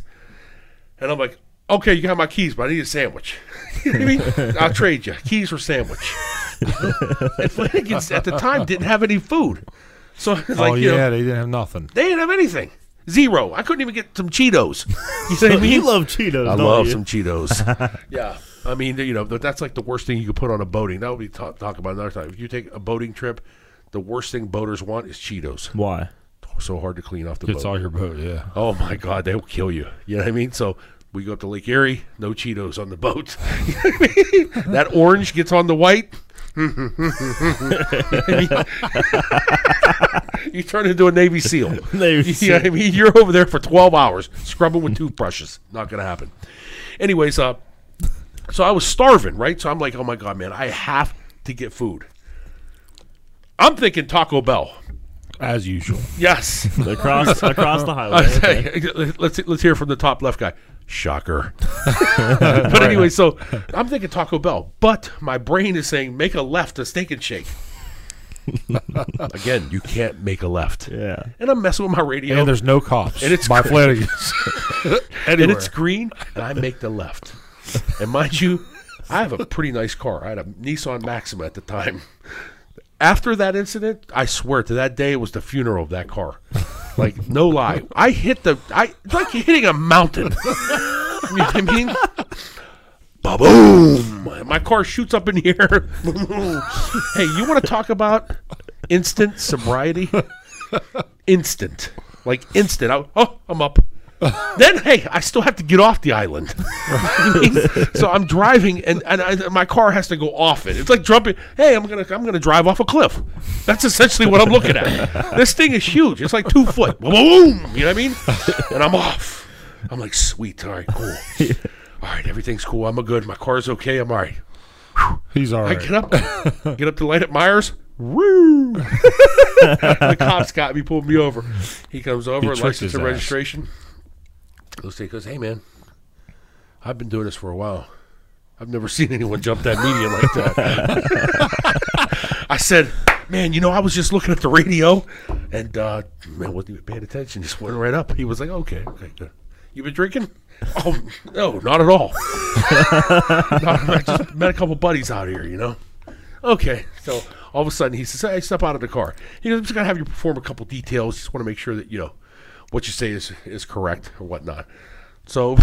Speaker 3: And I'm like, "Okay, you got my keys, but I need a sandwich. you know what I mean, I'll trade you keys for sandwich." and Flanagan's at the time didn't have any food, so it's like
Speaker 4: oh
Speaker 3: you
Speaker 4: yeah,
Speaker 3: know,
Speaker 4: they didn't have nothing.
Speaker 3: they didn't have anything. Zero. I couldn't even get some Cheetos. You know what I mean?
Speaker 2: you love Cheetos.
Speaker 3: I
Speaker 2: don't
Speaker 3: love
Speaker 2: you?
Speaker 3: some Cheetos. yeah. I mean, you know, th- that's like the worst thing you could put on a boating. That would be talk, talk about another time. If you take a boating trip, the worst thing boaters want is Cheetos.
Speaker 2: Why?
Speaker 3: So hard to clean off the
Speaker 4: It's
Speaker 3: boat.
Speaker 4: all your boat. Yeah.
Speaker 3: oh my God, they will kill you. You know what I mean? So we go up to Lake Erie, no Cheetos on the boat. You know what I mean? that orange gets on the white. you turn into a Navy SEAL.
Speaker 2: Navy
Speaker 3: You know what I mean? You're over there for 12 hours scrubbing with toothbrushes. Not going to happen. Anyways, uh, so I was starving, right? So I'm like, oh my God, man, I have to get food. I'm thinking Taco Bell.
Speaker 4: As usual.
Speaker 3: Yes.
Speaker 2: Across across the highway.
Speaker 3: Oh, let's let's hear from the top left guy. Shocker. but anyway, so I'm thinking Taco Bell, but my brain is saying make a left to Steak and Shake. Again, you can't make a left.
Speaker 2: Yeah.
Speaker 3: And I'm messing with my radio.
Speaker 4: And there's no cops.
Speaker 3: And it's
Speaker 4: by
Speaker 3: cra-
Speaker 4: Flanagan's.
Speaker 3: and it's green, and I make the left. And mind you, I have a pretty nice car. I had a Nissan Maxima at the time. After that incident, I swear to that day it was the funeral of that car. Like no lie, I hit the I it's like hitting a mountain. you know what I mean? Boom! My car shoots up in the air. hey, you want to talk about instant sobriety? Instant, like instant. I, oh, I'm up. then hey, I still have to get off the island. so I'm driving, and and I, my car has to go off it. It's like jumping. Hey, I'm gonna I'm gonna drive off a cliff. That's essentially what I'm looking at. this thing is huge. It's like two foot. Boom! You know what I mean? And I'm off. I'm like, sweet. All right, cool. All right, everything's cool. I'm a good. My car's okay. I'm all right.
Speaker 4: He's all
Speaker 3: I
Speaker 4: right.
Speaker 3: get up, get up to light at Myers. Woo! the cops got me, pulled me over. He comes over,
Speaker 4: tricked
Speaker 3: license
Speaker 4: his
Speaker 3: and
Speaker 4: ass.
Speaker 3: registration. Goes to- he goes, hey man, I've been doing this for a while. I've never seen anyone jump that median like that. I said, man, you know, I was just looking at the radio, and uh, man, wasn't even paying attention. Just went right up. He was like, okay, okay, good. You been drinking? Oh no, not at all. Not- I just met a couple buddies out here, you know. Okay, so all of a sudden he says, "Hey, step out of the car." He goes, "I'm just gonna have you perform a couple details. Just want to make sure that you know what you say is is correct or whatnot." So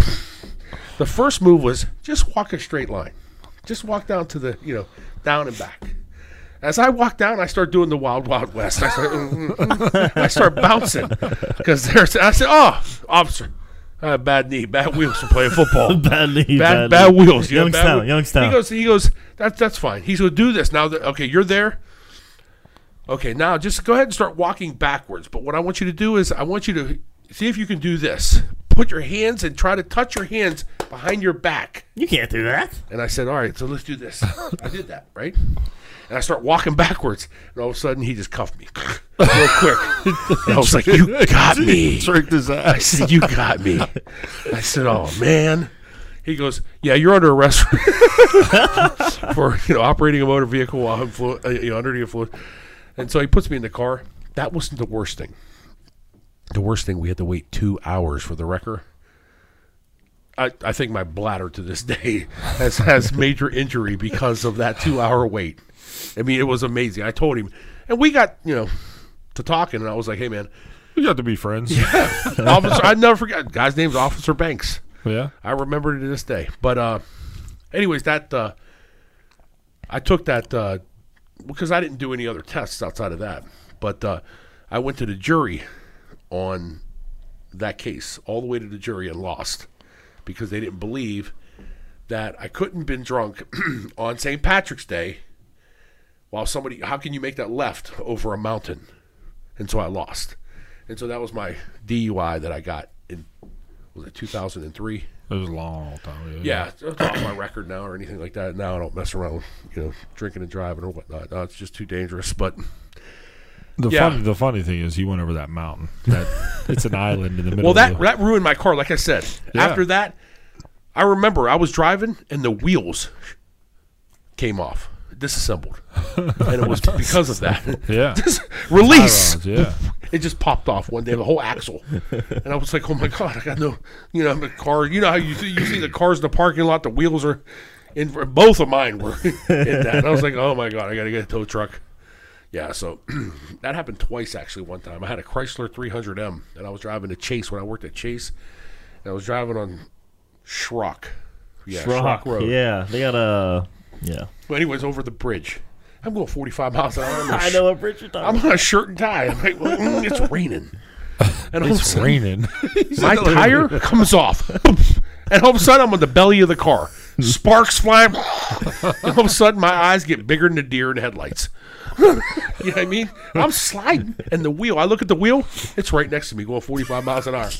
Speaker 3: the first move was just walk a straight line. Just walk down to the, you know, down and back. As I walk down, I start doing the Wild Wild West. I start, mm, mm, mm. I start bouncing because there's. I said, "Oh, officer, I have bad knee, bad wheels from playing football, bad,
Speaker 2: bad knee,
Speaker 3: bad,
Speaker 2: bad, knee.
Speaker 3: wheels." yeah, bad
Speaker 2: Youngstown,
Speaker 3: whe-
Speaker 2: Youngstown.
Speaker 3: He goes, he goes. That's that's fine. He's gonna do this now. That, okay, you're there. Okay, now just go ahead and start walking backwards. But what I want you to do is I want you to see if you can do this. Put your hands and try to touch your hands behind your back.
Speaker 2: You can't do that.
Speaker 3: And I said, "All right, so let's do this." I did that, right? And I start walking backwards, and all of a sudden he just cuffed me real quick. And I was like, "You got me!"
Speaker 4: Tricked his
Speaker 3: I
Speaker 4: ass.
Speaker 3: said, "You got me." I said, "Oh man." He goes, "Yeah, you're under arrest for, for, you know operating a motor vehicle while influ- uh, you know, under the influence." And so he puts me in the car. That wasn't the worst thing. The worst thing we had to wait two hours for the wrecker. I, I think my bladder to this day has, has major injury because of that two hour wait. I mean, it was amazing. I told him, and we got you know to talking, and I was like, "Hey, man,
Speaker 4: We got to be friends.
Speaker 3: officer, I never forget. Guy's name's Officer Banks.
Speaker 4: yeah.
Speaker 3: I remember it to this day. But uh, anyways, that uh, I took that uh, because I didn't do any other tests outside of that. But uh, I went to the jury on that case all the way to the jury and lost because they didn't believe that I couldn't been drunk on St. Patrick's Day while somebody how can you make that left over a mountain? And so I lost. And so that was my DUI that I got in was it 2003?
Speaker 4: It was a long, long time ago.
Speaker 3: Yeah, it's it's off my record now or anything like that. Now I don't mess around, with, you know, drinking and driving or whatnot. No, it's just too dangerous. But
Speaker 4: The
Speaker 3: Yeah.
Speaker 4: funny, the funny thing is, he went over that mountain. That it's an island in the middle.
Speaker 3: well, that
Speaker 4: of the,
Speaker 3: that ruined my car. Like I said,
Speaker 4: Yeah.
Speaker 3: after that, I remember I was driving and the wheels came off, disassembled, and it was because of that.
Speaker 4: yeah,
Speaker 3: Just release.
Speaker 4: Irons, yeah.
Speaker 3: It just popped off one day, the whole axle, and I was like, "Oh my god, I got no, you know, I'm a car. You know how you see, you see the cars in the parking lot, the wheels are in. Both of mine were in that. And I was like, "Oh my god, I got to get a tow truck." Yeah, so that happened twice actually. One time, I had a Chrysler 300M, and I was driving to Chase when I worked at Chase, and I was driving on Schrock, yeah, Schrock, Road.
Speaker 2: Yeah, they got a. Yeah.
Speaker 3: But anyways, over the bridge, I'm going 45 miles an hour. on this
Speaker 2: I know what Richard talking
Speaker 3: I'm
Speaker 2: about.
Speaker 3: on a shirt and tie. I'm like, well, mm, it's raining. And all of a
Speaker 4: It's
Speaker 3: sudden,
Speaker 4: raining.
Speaker 3: my tire comes off. and all of a sudden, I'm on the belly of the car. Sparks flying. and all of a sudden, my eyes get bigger than a deer in headlights. you know what I mean? I'm sliding. And the wheel, I look at the wheel, it's right next to me going 45 miles an hour.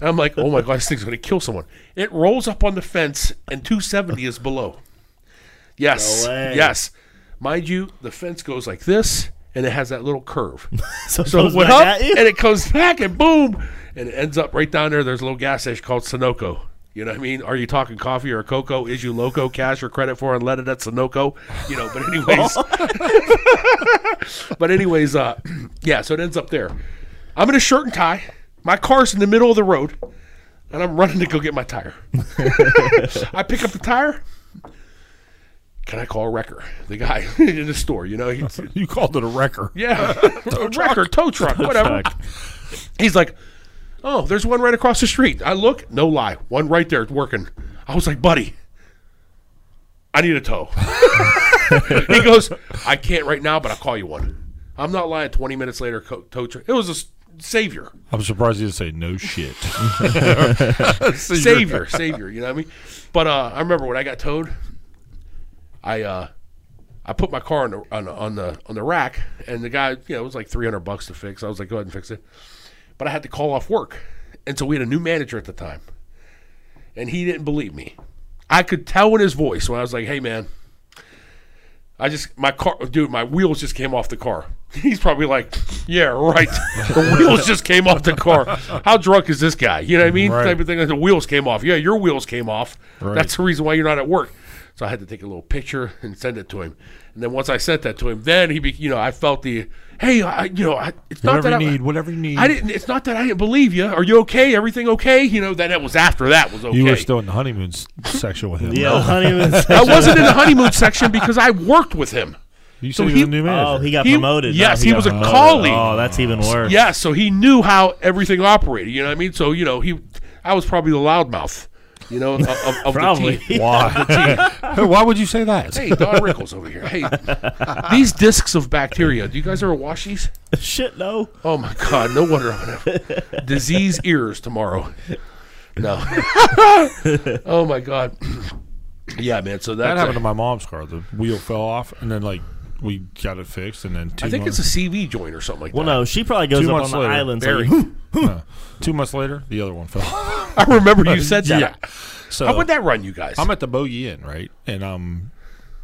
Speaker 3: And I'm like, oh my God, this thing's going to kill someone. It rolls up on the fence, and 270 is below. Yes.
Speaker 2: No way.
Speaker 3: yes. Mind you, the fence goes like this, and it has that little curve.
Speaker 2: So,
Speaker 3: So it
Speaker 2: it's
Speaker 3: went
Speaker 2: like
Speaker 3: up
Speaker 2: that, yeah.
Speaker 3: and it comes back and boom, and it ends up right down there. There's a little gas station called Sunoco. You know what I mean? Are you talking coffee or cocoa? Is you loco cash or credit for unleaded at Sunoco? You know, but anyways, but anyways, uh, yeah. So it ends up there. I'm in a shirt and tie. My car's in the middle of the road, and I'm running to go get my tire. I pick up the tire. Can I call a wrecker? The guy in the store, you know, he's,
Speaker 4: you called it a wrecker.
Speaker 3: yeah, a wrecker, tow truck, whatever.
Speaker 2: Fuck.
Speaker 3: He's like, "Oh, there's one right across the street." I look, no lie, one right there working. I was like, "Buddy, I need a tow." he goes, "I can't right now, but I'll call you one." I'm not lying. Twenty minutes later, co- tow truck. It was a s- savior,
Speaker 4: I'm surprised he didn't say no shit.
Speaker 3: savior, savior. You know what I mean? But uh, I remember when I got towed, I uh, I put my car on the on, the- on the on the rack, and the guy, you know, it was like three hundred bucks to fix. I was like, "Go ahead and fix it," but I had to call off work, and so we had a new manager at the time. and he didn't believe me. I could tell in his voice when I was like, "Hey, man, I just my car, dude, my wheels just came off the car." He's probably like, "Yeah, right. the wheels just came off the car. How drunk is this guy? You know what I mean?
Speaker 4: Right.
Speaker 3: Type of thing. Like, the wheels came off. Yeah, your wheels came off.
Speaker 4: Right.
Speaker 3: That's the reason why you're not at work." So I had to take a little picture and send it to him. And then once I sent that to him, then he, be, you know, I felt the, hey, I, you know, I, it's not
Speaker 4: whatever
Speaker 3: that
Speaker 4: you
Speaker 3: I,
Speaker 4: need, whatever you need.
Speaker 3: I didn't. It's not that I didn't believe you. Are you okay? Everything okay? You know. Then it was after that was okay.
Speaker 4: you were still in the honeymoon s- section with him.
Speaker 2: Yeah, honeymoon.
Speaker 3: I wasn't in the honeymoon section because I worked with him.
Speaker 4: You said
Speaker 3: So
Speaker 4: he was
Speaker 3: he-
Speaker 4: a new
Speaker 2: Oh,
Speaker 4: manager.
Speaker 2: he got
Speaker 3: He-
Speaker 2: promoted.
Speaker 3: yes,
Speaker 2: No,
Speaker 3: he
Speaker 2: got
Speaker 3: was a
Speaker 2: promoted.
Speaker 3: colleague.
Speaker 2: Oh, that's even worse.
Speaker 3: Yeah, so he knew how everything operated. You know what I mean? So you know he, I was probably the loudmouth, you know, of, of, of the
Speaker 2: Probably.
Speaker 3: team.
Speaker 4: Why? Why would you say that?
Speaker 3: Hey, Don Rickles over here. Hey, these discs of bacteria. Do you guys ever wash these?
Speaker 2: Shit, no.
Speaker 3: Oh my God! No wonder I'm gonna have disease ears tomorrow. No. oh my God. yeah, man. So
Speaker 4: That
Speaker 3: that's
Speaker 4: happened to my mom's car. The wheel fell off, and then like we got it fixed, and then two
Speaker 3: I think it's
Speaker 4: months,
Speaker 3: a CV joint or something like
Speaker 2: Well,
Speaker 3: that.
Speaker 2: no, she probably goes
Speaker 4: Two
Speaker 2: up
Speaker 4: months
Speaker 2: on the
Speaker 4: later,
Speaker 2: island.
Speaker 3: Barry.
Speaker 2: Like,
Speaker 4: no. two months later the other one fell. off.
Speaker 3: I remember you said that.
Speaker 4: Yeah. So
Speaker 3: How would that run, you guys?
Speaker 4: I'm at the Bogey Inn, right? And I'm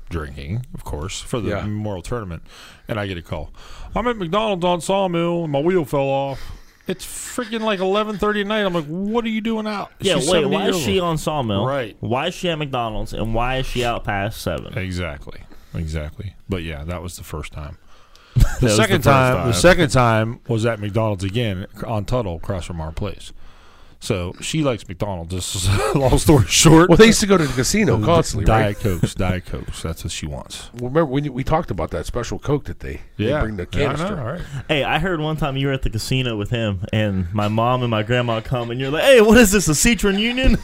Speaker 4: drinking, of course, for the
Speaker 3: Yeah.
Speaker 4: Memorial Tournament. And I get a call. I'm at McDonald's on Sawmill. And my wheel fell off. It's freaking like 11:30 at night. I'm like, what are you doing out?
Speaker 2: yeah,
Speaker 4: She's
Speaker 2: wait.
Speaker 4: 70
Speaker 2: Why is
Speaker 4: years
Speaker 2: she
Speaker 4: old.
Speaker 2: on Sawmill?
Speaker 4: Right.
Speaker 2: Why is she at McDonald's? And why is she out past seven?
Speaker 4: Exactly, exactly. But yeah, that was the first time.
Speaker 2: That
Speaker 4: The
Speaker 2: was
Speaker 4: second
Speaker 2: first
Speaker 4: time, the second time was at McDonald's again on Tuttle, across from our place. So she likes McDonald's. This is long story short.
Speaker 3: well, they used to go to the casino constantly, right?
Speaker 4: Diet Cokes, Diet Cokes. That's what she wants.
Speaker 3: Well, remember when you- we talked about that special Coke that they, they bring the
Speaker 4: Yeah, I know,
Speaker 3: canister.
Speaker 4: all right.
Speaker 2: Hey, I heard one time you were at the casino with him, and my mom and my grandma come, and you're like, "Hey, what is this? A Citron Union?"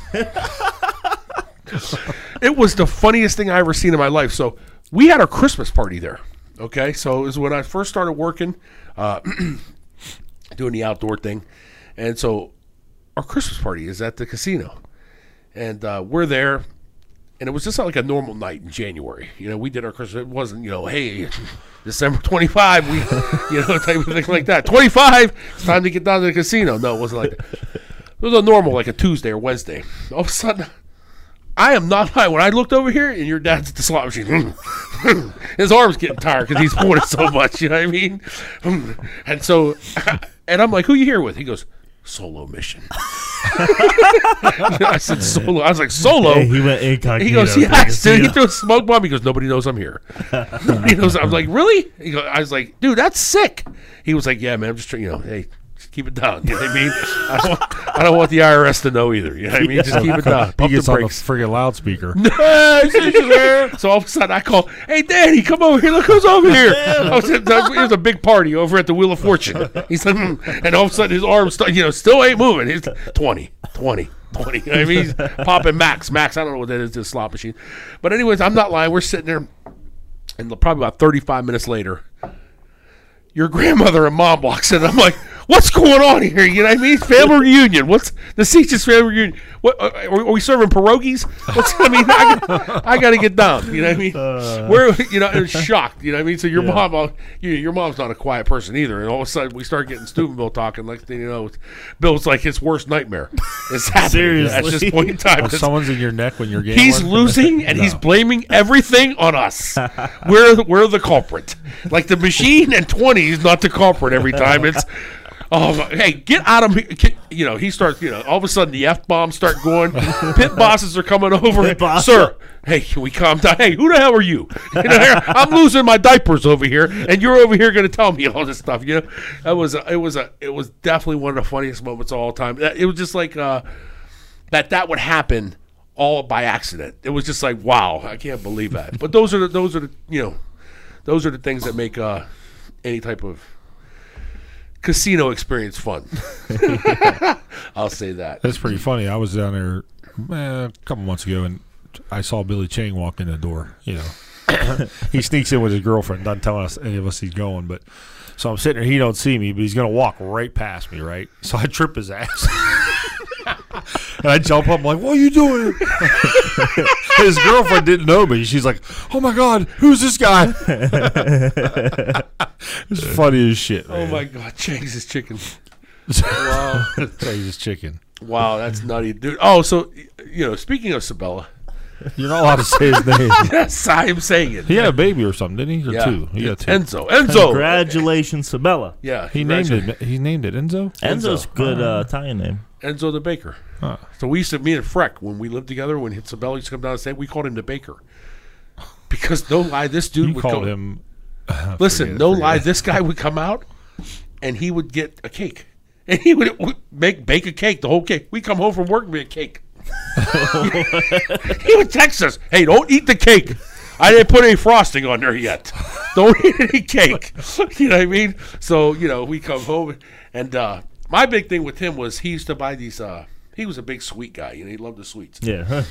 Speaker 3: It was the funniest thing I ever seen in my life. So we had our Christmas party there. Okay, so it was when I first started working, uh, doing the outdoor thing, and so our Christmas party is at the casino, and uh, we're there, and it was just like a normal night in January. You know, we did our Christmas. It wasn't you know, hey, December twenty five, we you know type of thing like that. Twenty five, it's time to get down to the casino. No, it wasn't like that. It was a normal like a Tuesday or Wednesday. All of a sudden. I am not lying. When I looked over here, and your dad's at the slot machine, his arm's getting tired because he's pulling it so much. You know what I mean? And so, and I'm like, "Who you here with?" He goes, "Solo mission." I said, "Solo." I was like, "Solo."
Speaker 2: Hey, he went incognito.
Speaker 3: He goes,
Speaker 2: to the
Speaker 3: yes. Dude, he
Speaker 2: casino.
Speaker 3: threw a smoke bomb. He goes, nobody knows I'm here. nobody knows. I was like, really? He go, I was like, dude, that's sick. He was like, yeah, man, I'm just trying, you know, hey, just keep it down. You know what I mean? I don't, want, I don't want the IRS to know either. You know what I mean? Just keep it down.
Speaker 4: He
Speaker 3: Pump the
Speaker 4: gets on the
Speaker 3: brakes.
Speaker 4: freaking loudspeaker.
Speaker 3: so all of a sudden I call, hey, Danny, come over here. Look who's over here. I was at, there was a big party over at the Wheel of Fortune. He's like, "Hmm." and all of a sudden his arm, st- you know, still ain't moving. He's 20, 20. 20. You know what I mean, he's popping Max. Max, I don't know what that is, this slot machine. But, anyways, I'm not lying. We're sitting there, and probably about 35 minutes later, your grandmother and mom walks in. I'm like, what's going on here? You know what I mean? Family reunion. What's the Seaches family reunion? What uh, are, are we serving pierogies? What's I mean? I, got- I got to get down. You know what I mean? We're you know it's shocked. You know what I mean? So your mom, uh, you your mom's not a quiet person either. And all of a sudden we start getting Steubenville talking. Next thing you know, it's, Bill's like his worst nightmare. It's happening at this
Speaker 2: Seriously.
Speaker 3: point in time.
Speaker 4: When
Speaker 3: It's-
Speaker 4: someone's in your neck when you're gambling.
Speaker 3: He's losing and he's
Speaker 4: No.
Speaker 3: blaming everything on us. we're the, we're the culprit. Like the machine and twenty is not the culprit every time. It's oh my- hey get out of me. Get- you know he starts you know all of a sudden the f bombs start going. Pit bosses are coming over.
Speaker 2: Pit boss.
Speaker 3: Sir, hey can we calm down? Hey who the hell are you? You know, I'm losing my diapers over here and you're over here going to tell me all this stuff. You know that was a, it was a it was definitely one of the funniest moments of all time. That- It was just like. uh that that would happen all by accident. It was just like, wow, I can't believe that. But those are the, those are the you know, those are the things that make uh, any type of casino experience fun. I'll say that.
Speaker 4: That's pretty funny. I was down there eh, a couple months ago, and I saw Billy Chang walk in the door. You know, he sneaks in with his girlfriend, doesn't tell us any of us he's going. But so I'm sitting there, he don't see me, but he's gonna walk right past me, right? So I trip his ass. And I jump up, I'm like, "What are you doing?" His girlfriend didn't know me. She's like, "Oh my god, who's this guy?" it's funny as shit.
Speaker 3: Oh
Speaker 4: man.
Speaker 3: my God, Jesus chicken!
Speaker 4: Wow, Jesus chicken.
Speaker 3: Wow, that's nutty, dude. Oh, so you know, speaking of Sabella,
Speaker 4: You're not allowed to say his name.
Speaker 3: yes, I am saying it.
Speaker 4: He had a baby or something, didn't he? Or two. He got two.
Speaker 3: Enzo, Enzo.
Speaker 2: Congratulations, Sabella.
Speaker 3: Yeah,
Speaker 4: he named it. He named it Enzo.
Speaker 2: Enzo's
Speaker 3: Enzo.
Speaker 2: good uh, Italian name.
Speaker 3: Enzo the Baker.
Speaker 4: Huh.
Speaker 3: So we used to meet at Freck when we lived together. When Sabella used to come down and say, we called him the Baker. Because no lie, this dude
Speaker 4: You
Speaker 3: would go,
Speaker 4: called him.
Speaker 3: Listen,
Speaker 4: forget it,
Speaker 3: no
Speaker 4: forget
Speaker 3: lie, this guy would come out and he would get a cake. And he would would make bake a cake, the whole cake. We come home from work and be a cake. he would text us, "Hey, don't eat the cake. I didn't put any frosting on there yet. Don't eat any cake." you know what I mean? So you know, we come home, and uh, my big thing with him was he used to buy these uh, He was a big sweet guy. You know, he loved the sweets.
Speaker 2: Yeah. huh.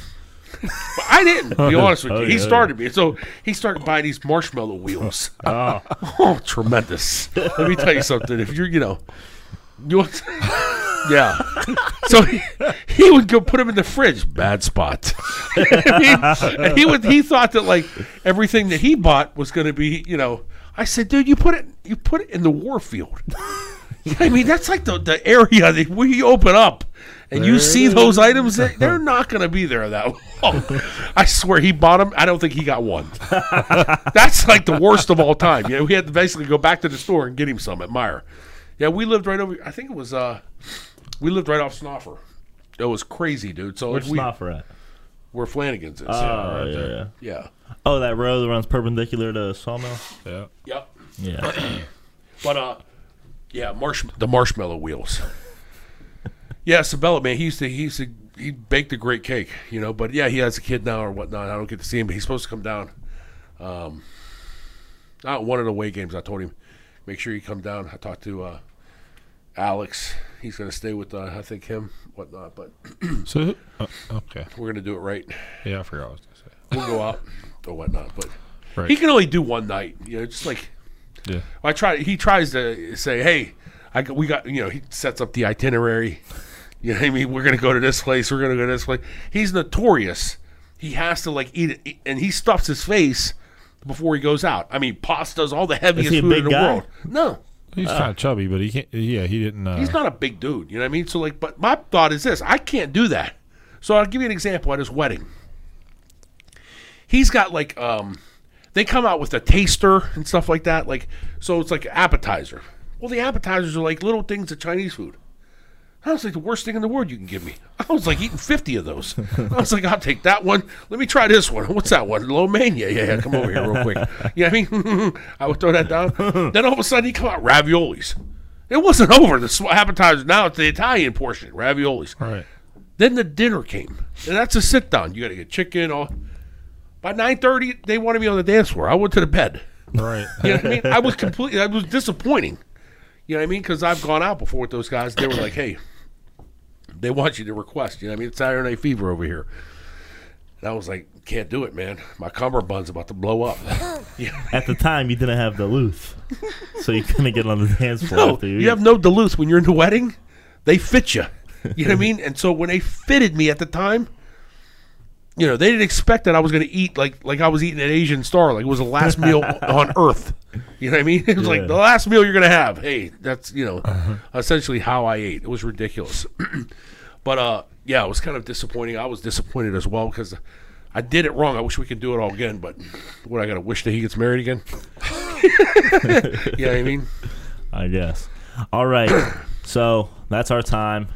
Speaker 3: But I didn't. To be honest with
Speaker 2: Oh,
Speaker 3: you,
Speaker 2: yeah,
Speaker 3: he
Speaker 2: yeah.
Speaker 3: started me. So he started buying these marshmallow wheels.
Speaker 2: Oh,
Speaker 3: Oh, tremendous! Let me tell you something. If you're, you know, you want, yeah. So he, he would go put them in the fridge. Bad spot. and he would. He thought that like everything that he bought was going to be, you know. I said, dude, you put it. You put it in the Warfield. I mean, that's like the, the area that where you open up and you
Speaker 4: There
Speaker 3: see
Speaker 4: it
Speaker 3: those items. They're, they're not going to be there that long. I swear, he bought them. I don't think he got one. That's like the worst of all time. You know, we had to basically go back to the store and get him some at Meyer. Yeah, we lived right over. I think it was. uh We lived right off Snoffer. It was crazy, dude. So
Speaker 2: where's
Speaker 3: we,
Speaker 2: Snoffer at?
Speaker 3: where Flanagan's is.
Speaker 2: Oh, yeah, yeah.
Speaker 3: yeah.
Speaker 2: Oh, that road that runs perpendicular to Sawmill?
Speaker 4: Yeah.
Speaker 3: Yeah. Yep.
Speaker 2: Yeah.
Speaker 3: But uh, yeah, marsh the marshmallow wheels. yeah, Sabella man, he used to he used to he baked a great cake, you know. But yeah, he has a kid now or whatnot. I don't get to see him, but he's supposed to come down. Um, not one of the away games. I told him, make sure you come down. I talked to uh, Alex. He's gonna stay with uh, I think him whatnot, but
Speaker 4: So, uh, okay.
Speaker 3: we're gonna do it right.
Speaker 4: Yeah, I forgot what I was going to
Speaker 3: We'll go out or whatnot, but
Speaker 4: Right.
Speaker 3: he can only do one night. You know, just like
Speaker 4: say. Yeah.
Speaker 3: I try. He tries to say, "Hey, I got- we got you know." He sets up the itinerary. You know what I mean? We're gonna go to this place. We're gonna go to this place. He's notorious. He has to like eat it, eat- and he stuffs his face before he goes out. I mean, pasta's all the heaviest
Speaker 2: he a
Speaker 3: food in
Speaker 2: big
Speaker 3: the
Speaker 2: guy?
Speaker 3: world. No,
Speaker 4: He's kind of chubby, but he can't. Yeah, he didn't. Uh,
Speaker 3: Uh, he's not a big dude. You know what I mean? So like, but my thought is this: I can't do that. So I'll give you an example at his wedding. He's got like um, they come out with a taster and stuff like that. Like so, it's like appetizer. Well, the appetizers are like little things of Chinese food. That was like the worst thing in the world you can give me. I was like eating 50 of those. I was like, I'll take that one. Let me try this one. What's that one? Low mania. Yeah, yeah, come over here real quick. You know what I mean? I would throw that down. Then all of a sudden, he come out raviolis. It wasn't over. The sw- appetizer, now it's the Italian portion, raviolis.
Speaker 4: All right.
Speaker 3: Then the dinner came. And that's a sit down. You got to get chicken. All. By 9.30, they wanted me on the dance floor. I went to the bed.
Speaker 4: Right.
Speaker 3: You know what I mean? I was completely, I was disappointing. You know what I mean? Because I've gone out before with those guys. They were like, hey, they want you to request. You know what I mean? It's Saturday Night Fever over here. And I was like, can't do it, man. My cummerbund's about to blow up.
Speaker 2: At the time, you didn't have Duluth, so you couldn't get on the dance floor.
Speaker 3: no,
Speaker 2: after
Speaker 3: you have no Duluth when you're in the wedding. They fit you. You know what I mean? And so when they fitted me at the time, you know, they didn't expect that I was going to eat like like I was eating an Asian star, like it was the last meal on earth. You know what I mean? It was like
Speaker 2: Yeah.
Speaker 3: the last meal you're going to have. Hey, that's you know, essentially how I ate. It was ridiculous. but uh, yeah, it was kind of disappointing. I was disappointed as well because I did it wrong. I wish we could do it all again, but what I got to wish that he gets married again. you know what I mean?
Speaker 2: I guess. All right. so that's our time.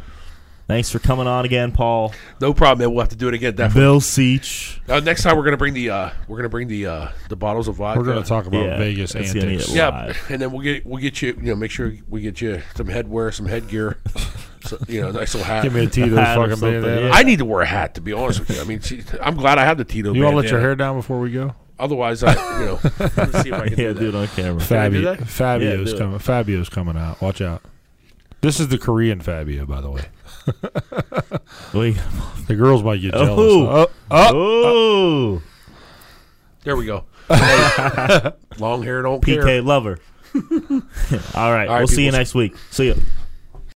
Speaker 2: Thanks for coming on again, Paul.
Speaker 3: No problem. Man. We'll have to do it again. Definitely.
Speaker 2: Bill Seach.
Speaker 3: Uh, next time we're gonna bring the uh, we're gonna bring the uh, the bottles of vodka.
Speaker 4: We're going to talk about
Speaker 2: Yeah,
Speaker 4: Vegas
Speaker 2: that's the
Speaker 4: antics.
Speaker 2: idiot.
Speaker 3: Yeah,
Speaker 2: live.
Speaker 3: and then we'll get we'll get you you know make sure we get you some headwear, some headgear, so, you know, a nice little hat.
Speaker 4: Give me a Tito's
Speaker 2: Hat or
Speaker 4: fucking
Speaker 2: something,
Speaker 4: bandana.
Speaker 2: yeah.
Speaker 3: I need to wear a hat to be honest with you. I mean, see, I'm glad I have the Tito.
Speaker 4: You want to let your
Speaker 3: bandana.
Speaker 4: hair down before we go?
Speaker 3: Otherwise, I you know. let's see if I can
Speaker 2: Yeah,
Speaker 3: do that.
Speaker 2: dude on camera.
Speaker 3: I do
Speaker 4: Fabio,
Speaker 3: that?
Speaker 4: Fabio's
Speaker 2: Yeah, do it.
Speaker 4: coming. Fabio's coming out. Watch out. This is the Korean Fabio, by the way.
Speaker 2: We-
Speaker 4: The girls might get
Speaker 2: Oh.
Speaker 4: jealous. Oh, oh.
Speaker 2: Oh,
Speaker 3: There we go. Hey, long hair don't care.
Speaker 2: PK lover. All right,
Speaker 3: All right,
Speaker 2: we'll see you
Speaker 3: people.
Speaker 2: next week. See ya.